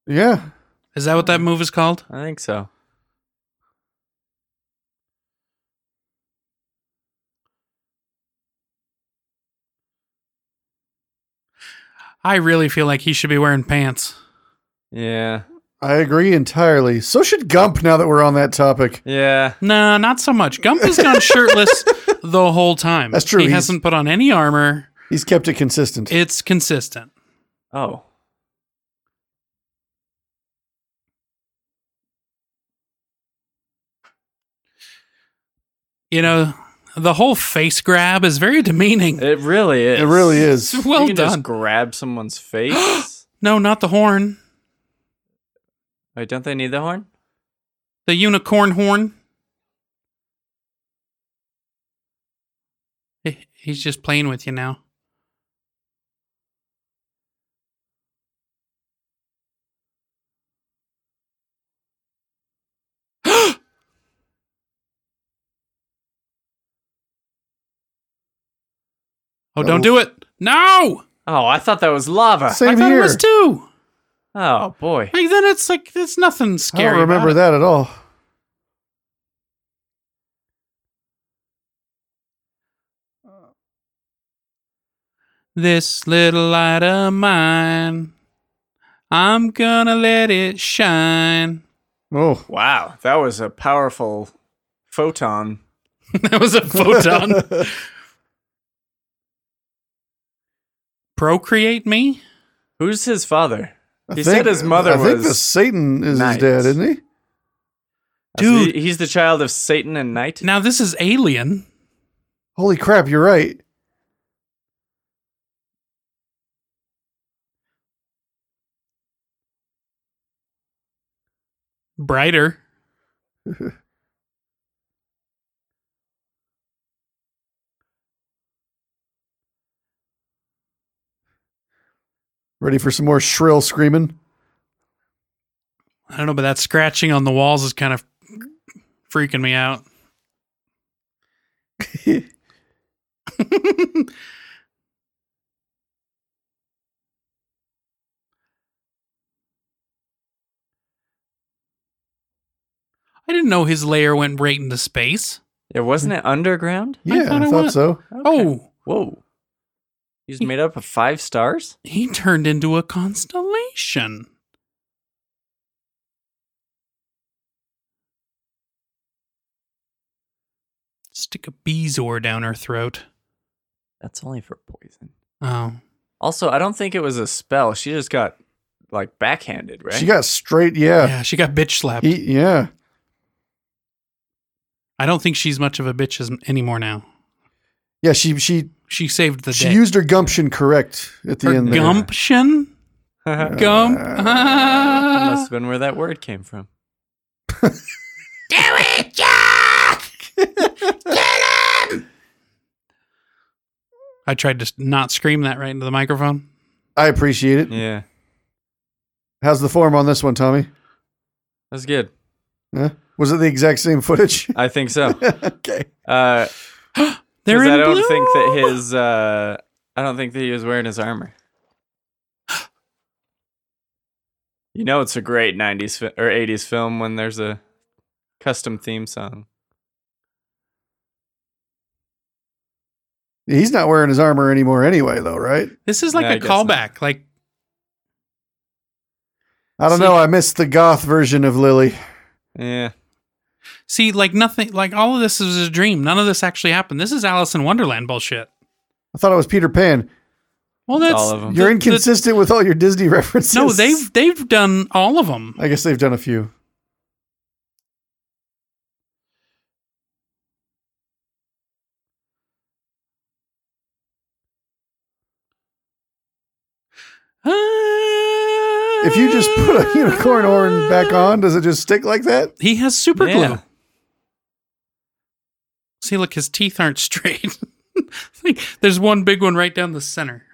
S2: Yeah.
S1: Is that what
S3: Hmm.
S1: that move is called?
S3: I think so.
S1: I really feel like he should be wearing pants.
S3: Yeah.
S2: I agree entirely. So should Gump now that we're on that topic.
S3: Yeah.
S1: No, not so much. Gump has gone
S2: (laughs)
S1: shirtless the whole time.
S2: That's true,
S1: He
S2: he's-
S1: hasn't put on any armor.
S2: He's kept it consistent.
S1: It's consistent.
S3: Oh.
S1: You know, the whole face grab is very demeaning.
S3: It really is.
S2: It really is.
S1: It's well
S3: you can
S1: done.
S3: Just
S1: (gasps)
S3: grab someone's face.
S1: No, not the horn.
S3: Wait, don't they need the horn?
S1: The unicorn horn. He- He's just playing with you now. (gasps) oh, don't do it. No!
S3: Oh, I thought that was lava.
S1: I
S2: Same
S1: thought
S2: here.
S1: it was two.
S3: Oh boy.
S1: Like, then it's like, it's nothing
S2: I
S1: scary.
S2: don't
S1: about
S2: remember
S1: it.
S2: that at all.
S1: This little light of mine, I'm gonna let it shine. (laughs)
S3: (laughs)
S2: Oh.
S3: Wow, that was a powerful photon.
S1: that was a
S2: (laughs)
S1: photon. Procreate me?
S3: Who's his father?
S2: I
S3: He said his mother
S2: I think
S3: was
S2: the Satan is
S3: nice.
S2: his dad, isn't he?
S1: Dude.
S3: He- he's the child of Satan and Night.
S1: Now this is alien.
S2: Holy crap, you're right.
S1: Brighter.
S2: Ready for some more
S1: (laughs)
S2: shrill screaming?
S1: I don't know, but that scratching on the walls is kind of freaking me out. I didn't know his lair went right into space.
S3: Yeah, wasn't it underground?
S2: Yeah, I
S1: thought
S2: thought,
S1: I wa-
S2: so.
S1: Oh,
S3: whoa! He's made up of five stars.
S1: he turned into a constellation. Stick a bee's oar down her throat.
S3: That's only for poison.
S1: Oh.
S3: Also, I don't think it was a spell. She just got like backhanded, right?
S2: She got straight, yeah.
S1: Yeah, she got bitch slapped.
S2: He- yeah.
S1: I don't think she's much of a bitch as, anymore now.
S2: Yeah, she she
S1: She saved the
S2: she
S1: day.
S2: used her gumption correct at the
S1: her
S2: end there. Uh,
S1: gumption?
S3: (laughs) that
S1: Gump. (laughs) Ah.
S3: must have been where that word came from.
S1: I tried to s- not scream that right into the microphone.
S2: I appreciate it.
S3: Yeah.
S2: How's the form on this one, Tommy?
S3: That's good.
S2: Huh? Was it the exact same footage? (laughs)
S3: I think so.
S2: okay.
S3: Uh, 'cause
S1: They're in
S3: I don't
S1: blue.
S3: think that his. Uh, I don't think that he was wearing his armor. You know, it's a great '90s fi- or '80s film when there's a custom theme song.
S2: He's not wearing his armor anymore anyway, though, right?
S1: This is
S3: Yeah, I
S1: like a
S3: guess not.
S1: callback. Like
S2: I don't
S1: See-
S2: know. I missed the goth version of Lily.
S3: Yeah,
S1: See, like nothing, like all of this is a dream. None of this actually happened. This is Alice in Wonderland bullshit.
S2: I thought it was Peter Pan.
S1: Well,
S3: it's
S1: that's
S3: all of them.
S2: You're
S1: the-
S2: inconsistent with all your Disney (laughs) references.
S1: no, they've they've done all of them.
S2: I guess they've done a few. If you just put a (laughs) unicorn horn back on, does it just stick like that?
S1: he has super glue.
S3: Yeah.
S1: See, look, his teeth aren't (laughs) straight. like, there's one big one right down the center.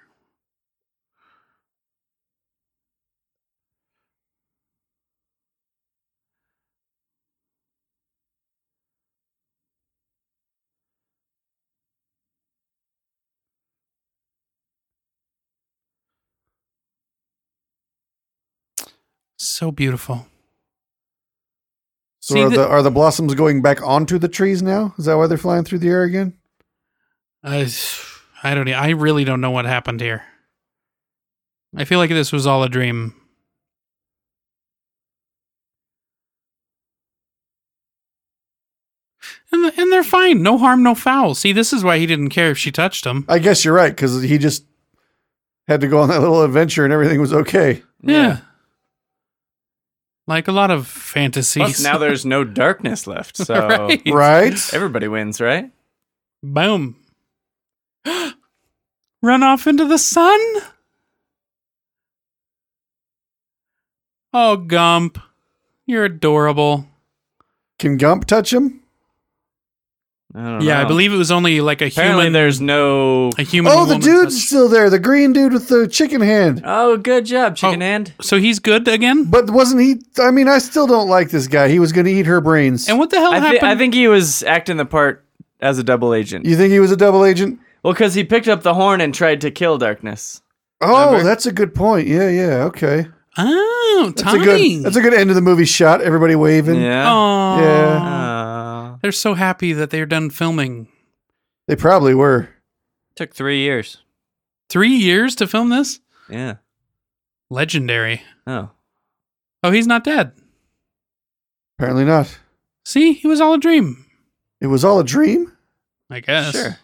S1: So beautiful.
S2: So
S1: See
S2: are
S1: the-
S2: the are the blossoms going back onto the trees now? Is that why they're flying through the air again?
S1: I, I don't. e- I really don't know what happened here. I feel like this was all a dream. And and they're fine. No harm, no foul. See, this is why he didn't care if she touched him.
S2: I guess you're right because he just had to go on that little adventure and everything was okay.
S1: Yeah. Like a lot of fantasies.
S3: Plus, now
S1: (laughs)
S3: there's no darkness left, so
S1: Right.
S2: Right?
S3: everybody wins, right?
S1: Boom. (gasps) Run off into the sun? Oh, Gump. You're adorable.
S2: Can Gump touch him?
S3: I don't
S1: Yeah, I
S3: know.
S1: believe it was only like a
S3: Apparently,
S1: human.
S3: there's no.
S1: a human.
S2: Oh, the
S1: woman
S2: dude's
S1: touched-
S2: still there. The green dude with the chicken hand.
S3: Oh, good job, chicken
S1: Oh.
S3: hand.
S1: So he's good again.
S2: But wasn't he? I mean, I still don't like this guy. He was going to eat her brains.
S1: And what the hell
S3: I, thi-
S1: happened?
S3: I think he was acting the part as a double agent.
S2: you think he was a double agent?
S3: Well, because he picked up the horn and tried to kill Darkness.
S2: Oh, that's a good point. Yeah, yeah, okay.
S1: oh,
S2: That's
S1: Tommy.
S2: a good. That's a good end of the movie shot. Everybody waving.
S3: Yeah.
S1: Aw.
S2: Yeah.
S3: Uh,
S1: They're so happy that they're done filming.
S2: They probably were.
S3: took three years.
S1: Three years to film this.
S3: Yeah.
S1: Legendary.
S3: Oh.
S1: Oh, he's not dead.
S2: Apparently not.
S1: See, he was all a dream.
S2: It was all a dream.
S1: I guess.
S3: Sure.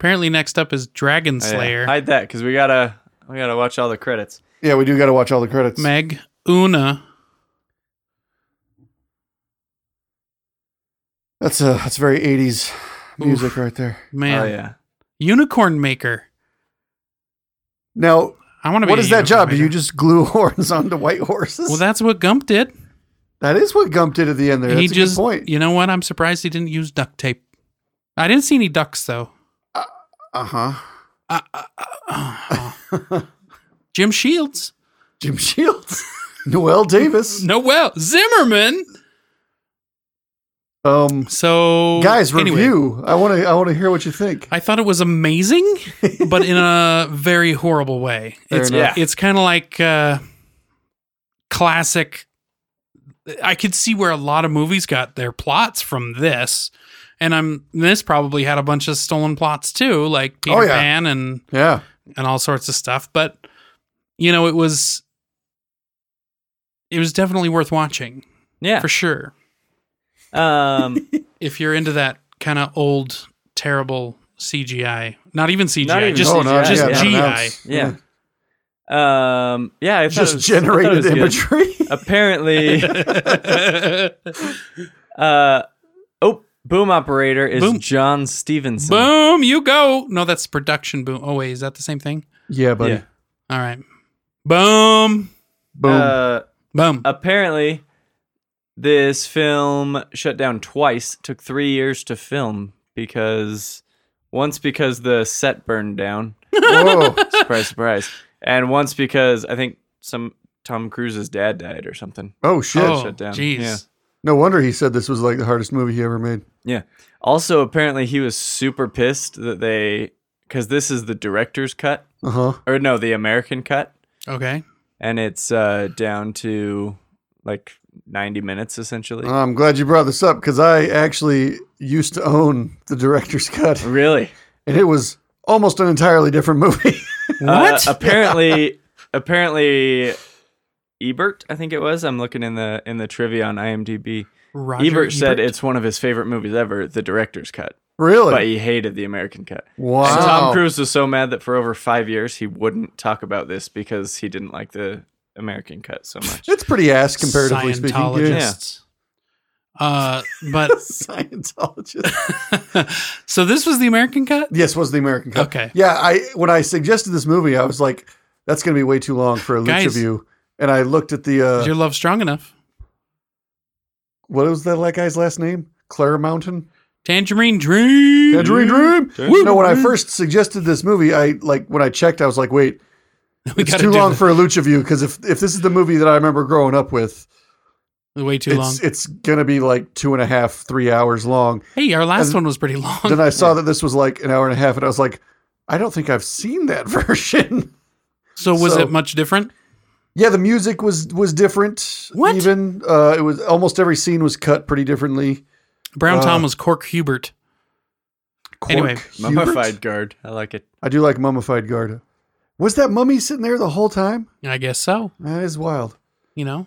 S1: Apparently, next up is Dragon
S3: Oh, yeah.
S1: Slayer.
S3: Hide that because we gotta we gotta watch all the credits.
S2: Yeah, we do got to watch all the credits.
S1: Meg Una.
S2: That's a that's very '80s music right there.
S1: Man.
S3: Oh yeah.
S1: Unicorn Maker.
S2: Now,
S1: I want to be.
S2: what
S1: a
S2: is that
S1: unicorn
S2: job? Do
S1: maker.
S2: you just glue (laughs) horns onto white horses?
S1: Well, that's what Gump did.
S2: that is what Gump did at the end there. That's
S1: he
S2: a
S1: just.
S2: good point.
S1: You know what? I'm surprised he didn't use duct tape. I didn't see any ducks though.
S2: Uh huh.
S1: Uh, uh, uh, uh. Jim Shields.
S2: Jim Shields, (laughs) Noel
S1: (laughs)
S2: Davis.
S1: Noel Zimmerman.
S2: Um,
S1: So
S2: guys,
S1: anyway,
S2: review. I want to I want to hear what you think.
S1: I thought it was amazing, but in a very horrible way.
S2: Fair
S1: it's
S2: enough.
S1: it's kind of like uh, classic. I could see where a lot of movies got their plots from this, and I'm this probably had a bunch of stolen plots too, like Peter
S2: Oh, yeah.
S1: Pan and
S2: Yeah.
S1: and all sorts of stuff. But you know, it was it was definitely worth watching
S3: Yeah.
S1: for sure (laughs)
S3: Um,
S1: if you're into that kind of old terrible CGI. Not even CGI,
S3: even
S1: just
S3: CGI,
S2: not-
S1: just
S3: yeah.
S1: GI.
S2: not announced.
S3: yeah. Um, yeah. I thought
S2: (laughs) Just
S3: it was- I thought it
S2: generated
S3: was good.
S2: imagery. (laughs)
S3: Apparently,
S1: (laughs)
S3: uh, oh, boom operator is
S1: Boom.
S3: John Stevenson.
S1: (laughs) boom, you go. No, that's production boom. Oh wait, is that the same thing?
S2: yeah, buddy.
S3: Yeah.
S1: All right. Boom.
S2: Boom.
S3: Uh,
S1: Boom.
S3: apparently this film shut down twice took three years to film because once because the set burned down
S2: Whoa.
S3: (laughs) surprise surprise and once because i think some Tom Cruise's dad died or something.
S2: Oh shit!
S1: oh,
S3: shut down.
S1: jeez.
S3: Yeah.
S2: No wonder he said this was like the hardest movie he ever made.
S3: Also, apparently, he was super pissed that they because this is the director's cut
S2: Uh huh.
S3: or no, the American cut,
S2: (laughs)
S1: Okay.
S3: and it's uh, down to like ninety minutes essentially.
S2: I'm glad you brought this up because I actually used to own the director's cut,
S3: really?
S2: and it was almost an entirely different movie. (laughs)
S3: What? Uh, (laughs)
S2: uh,
S3: apparently, apparently, Ebert. I think it was. I'm looking in the in the trivia on IMDb.
S1: Roger
S3: Ebert, said it's one of his favorite movies ever, the director's cut,
S2: really?
S3: but he hated the American cut.
S2: wow.
S3: And Tom Cruise was so mad that for over five years he wouldn't talk about this because he didn't like the American cut
S2: (laughs)
S3: so much.
S2: It's pretty ass comparatively speaking. Yeah.
S1: Scientologists. Uh, but
S2: (laughs)
S1: (laughs)
S2: Scientologist.
S1: so this was the American cut.
S2: yes, was the American cut.
S1: Okay.
S2: Yeah, I when I suggested this movie, I was like, that's going to be way too long for a Lucha
S1: Guys.
S2: view. And I looked at the
S1: Is
S2: uh,
S1: your love strong enough?
S2: what was that like guy's last name? Claire Mountain.
S1: Tangerine Dream.
S2: Tangerine Dream.
S3: Tangerine
S2: No, when I first suggested this movie, I like when I checked, I was like, wait,
S1: (laughs) We
S2: it's
S1: gotta
S2: too
S1: do
S2: long
S1: the-
S2: for a Lucha view because if if this is the movie that I remember growing up with,
S1: way too
S2: it's
S1: long.
S2: it's gonna be like two and a half, three hours long.
S1: Hey, our last
S2: and-
S1: one was pretty long.
S2: then I saw that this was like an hour and a half, and I was like, I don't think I've seen that (laughs) version.
S1: (laughs) so was
S2: so-
S1: it much different?
S2: yeah, the music was was different.
S1: What?
S2: Even uh, it was almost every scene was cut pretty differently.
S1: Brown
S2: Uh,
S1: Tom was Cork Hubert. Anyway,
S2: Hubert?
S3: Mummified guard. I like it.
S2: I do like mummified Garda. Was that mummy sitting there the whole time?
S1: I guess so.
S2: That is wild.
S1: You know,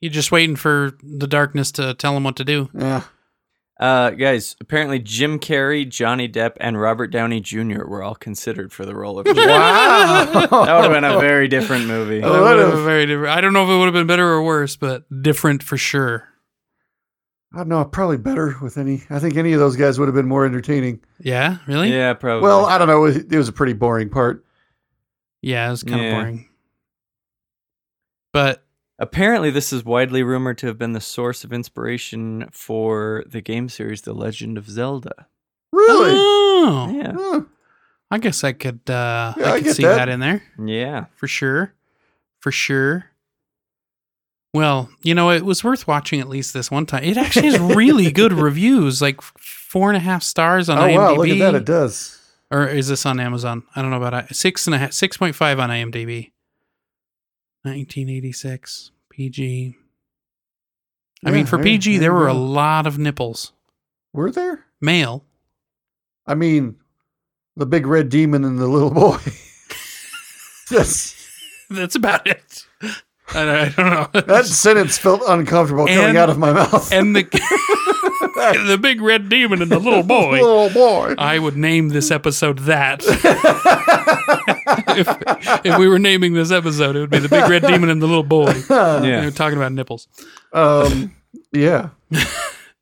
S1: you're just waiting for the darkness to tell him what to do.
S2: Yeah.
S3: (laughs) Uh, guys, apparently Jim Carrey, Johnny Depp, and Robert Downey Jr. were all considered for the role of. Jack.
S2: Wow.
S3: that would have been a very different movie.
S2: Oh,
S1: That
S2: what
S1: would've
S2: if-
S1: been very different. I don't know if it would have been better or worse, but different for sure.
S2: I don't know. Probably better with any. I think any of those guys would have been more entertaining.
S1: Yeah, really?
S3: Yeah, probably.
S2: Well, I don't know. It it was a pretty boring part.
S1: Yeah, it was kind of
S3: Yeah.
S1: boring. But
S3: apparently this is widely rumored to have been the source of inspiration for the game series The Legend of Zelda.
S2: Really?
S1: Oh,
S3: Yeah.
S2: Huh.
S1: I guess I could uh
S2: Yeah,
S1: I
S2: I
S1: could
S2: get
S1: see
S2: that.
S1: that. in there
S3: Yeah.
S1: for sure. For sure. Well, you know, it was worth watching at least this one time. It actually has
S2: (laughs)
S1: really good reviews, like four and a half stars on
S2: Oh
S1: IMDb.
S2: wow! Look at that. It does.
S1: or is this on Amazon? I don't know about it. Six and a half, six point five on IMDb. Nineteen eighty six PG. I
S2: Yeah,
S1: mean, for
S2: there-
S1: PG,
S2: there
S1: there
S2: you
S1: were a
S2: go.
S1: lot of nipples.
S2: Were there?
S1: Male. (laughs)
S2: I mean, the big red demon and the little boy. (laughs) that's,
S1: That's about it. I don't, I don't know.
S2: that sentence felt uncomfortable coming
S1: And-
S2: out of my mouth.
S1: (laughs)
S2: (laughs)
S1: and the (laughs) the big red demon and the little boy.
S2: little Oh, boy.
S1: I would name this episode that. if, if we were naming this episode, it would be the big red demon and the little boy.
S2: Uh,
S3: Yeah.
S1: We were talking about nipples.
S2: um, yeah.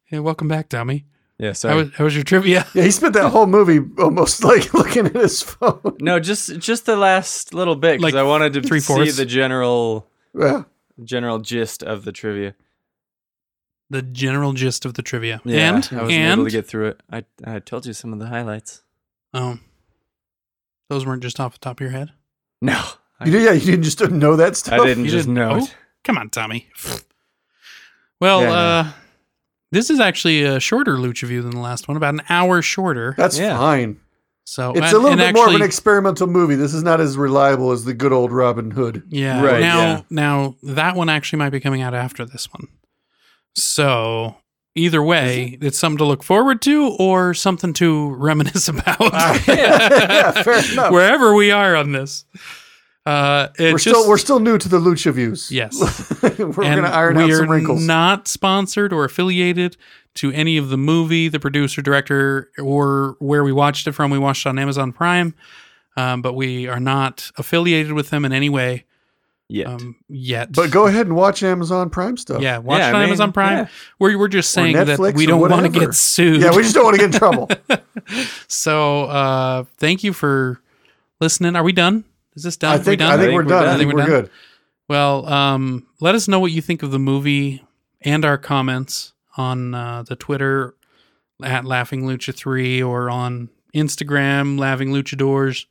S1: Hey, welcome back, Tommy.
S3: Yeah,
S1: How
S3: sorry.
S1: was, how was your trivia?
S2: Yeah. He spent that whole movie almost (laughs) like looking at his phone.
S3: no, just just the last little bit cuz
S1: Like
S3: I wanted to see
S1: three-fourths?
S3: the general
S2: Yeah.
S3: general gist of the trivia.
S1: the general gist of the trivia.
S3: Yeah,
S1: and
S3: I was
S1: and
S3: able to get through it. I I told you some of the highlights.
S1: oh, those weren't just off the top of your head.
S3: No,
S2: You
S3: I,
S2: did, yeah. You didn't just know that
S3: I
S2: stuff.
S3: didn't
S1: You
S3: Mm, just
S1: didn't-
S3: know
S1: oh,
S3: it.
S1: Come on, Tommy. (sighs) well,
S3: Yeah, I
S1: uh, this is actually a shorter Lucha View than the last one, about an hour shorter.
S2: That's
S3: Yeah.
S2: fine.
S1: So
S2: It's
S1: Oh, and-
S2: a little
S1: and
S2: bit more of an
S1: actually-
S2: experimental movie. This is not as reliable as the good old Robin Hood.
S1: Yeah.
S3: Right,
S1: now,
S3: yeah.
S1: now that one actually might be coming out after this one. So either way, it's something to look forward to or something to (laughs) reminisce about.
S2: Ah. (laughs) Yeah, fair enough.
S1: Wherever we are on this, uh, it
S2: we're
S1: just,
S2: still we're still new to the Lucha views.
S1: Yes.
S2: (laughs) we're
S1: And
S2: gonna iron out
S1: we
S2: some
S1: are
S2: wrinkles.
S1: Not sponsored or affiliated to any of the movie, the producer, director, or where we watched it from. We watched it on Amazon Prime, um, but we are not affiliated with them in any way
S3: Yet.
S1: um, yet.
S2: but go ahead and watch Amazon Prime stuff.
S1: yeah, watch
S3: Yeah,
S1: it
S3: I
S1: on
S3: mean,
S1: Amazon Prime.
S3: yeah.
S1: We're we're just saying that
S2: Netflix
S1: we
S2: or
S1: don't want to
S2: whatever.
S1: get sued.
S2: (laughs) yeah, we just don't want to get in trouble.
S1: so uh, thank you for listening. Are we done? Is this done?
S2: I
S1: Are we
S2: think
S1: done?
S2: I think we're done. I
S1: I
S2: think
S1: think
S2: we're
S1: we're
S2: good.
S1: Well, um, let us know what you think of the movie and our comments on uh, the Twitter at Laughing Lucha Three or on Instagram Laughing Luchadors.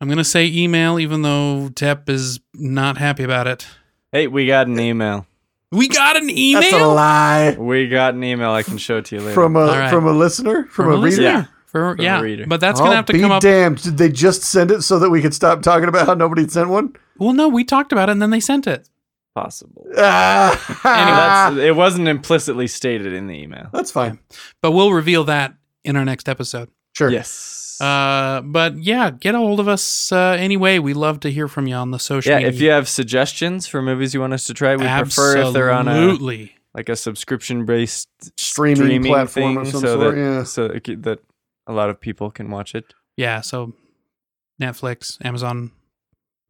S4: I'm gonna say email, even though Tep is not happy about it.
S3: Hey, we got an email.
S4: We got an
S2: That's a
S4: email
S2: lie
S3: We got an email I can show it to you later.
S2: from a
S4: All right.
S2: from a listener from, a reader.
S4: listener.
S3: Yeah.
S4: For-
S3: a
S4: yeah,
S3: reader.
S4: but that's
S2: I'll
S4: gonna have to
S2: be
S4: come up.
S2: damned! Did they just send it so that we could stop talking about how nobody sent one? (laughs)
S4: Well, no, we talked about it, and then they sent it.
S3: possible.
S2: Ah,
S3: That's,
S2: that's,
S3: it wasn't implicitly stated in the email.
S2: fine.
S4: But we'll reveal that in our next episode.
S2: Sure.
S3: Yes.
S4: Uh, but yeah, get a hold of us uh, anyway. We love to hear from you on the social.
S3: yeah,
S4: media.
S3: if you have suggestions for movies you want us to try, we prefer if they're on a
S4: absolutely.
S3: like a subscription based
S2: Streaming platform of some
S3: so
S2: sort,
S3: that
S2: yeah.
S3: so it c- that a lot of people can watch it.
S4: yeah. So Netflix, Amazon,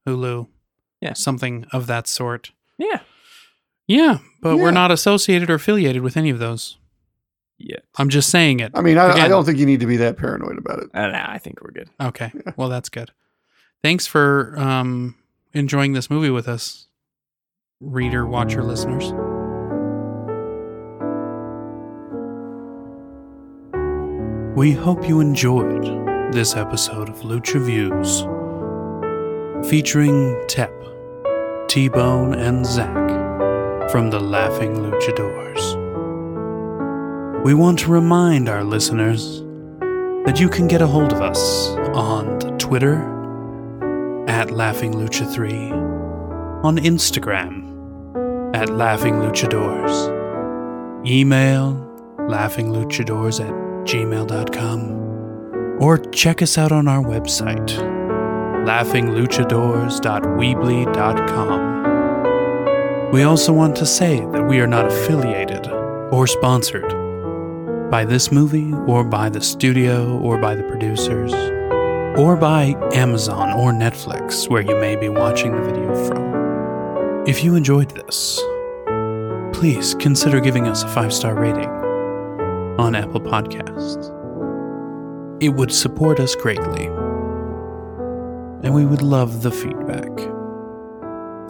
S4: Hulu,
S3: Yeah.
S4: something of that sort.
S3: Yeah.
S4: Yeah, but
S2: Yeah.
S4: we're not associated or affiliated with any of those.
S3: Yeah.
S4: I'm just saying it.
S2: I mean, I, I
S4: Again.
S2: don't think you need to be that paranoid about it.
S3: Uh, nah, I think we're good.
S4: Okay. Well, that's good. Thanks for um, enjoying this movie with us, reader, watcher, listeners.
S1: We hope you enjoyed this episode of Lucha Views featuring Tep, T Bone, and Zach from the Laughing Luchadors. We want to remind our listeners that you can get a hold of us on the Twitter at Laughing Lucha 3, on Instagram at Laughing Luchadors, email laughingluchadors at gmail.com or check us out on our website laughingluchadors.weebly.com we also want to say that we are not affiliated or sponsored by this movie or by the studio or by the producers or by amazon or netflix where you may be watching the video from if you enjoyed this please consider giving us a five-star rating on Apple Podcasts. It would support us greatly, and we would love the feedback.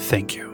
S1: Thank you.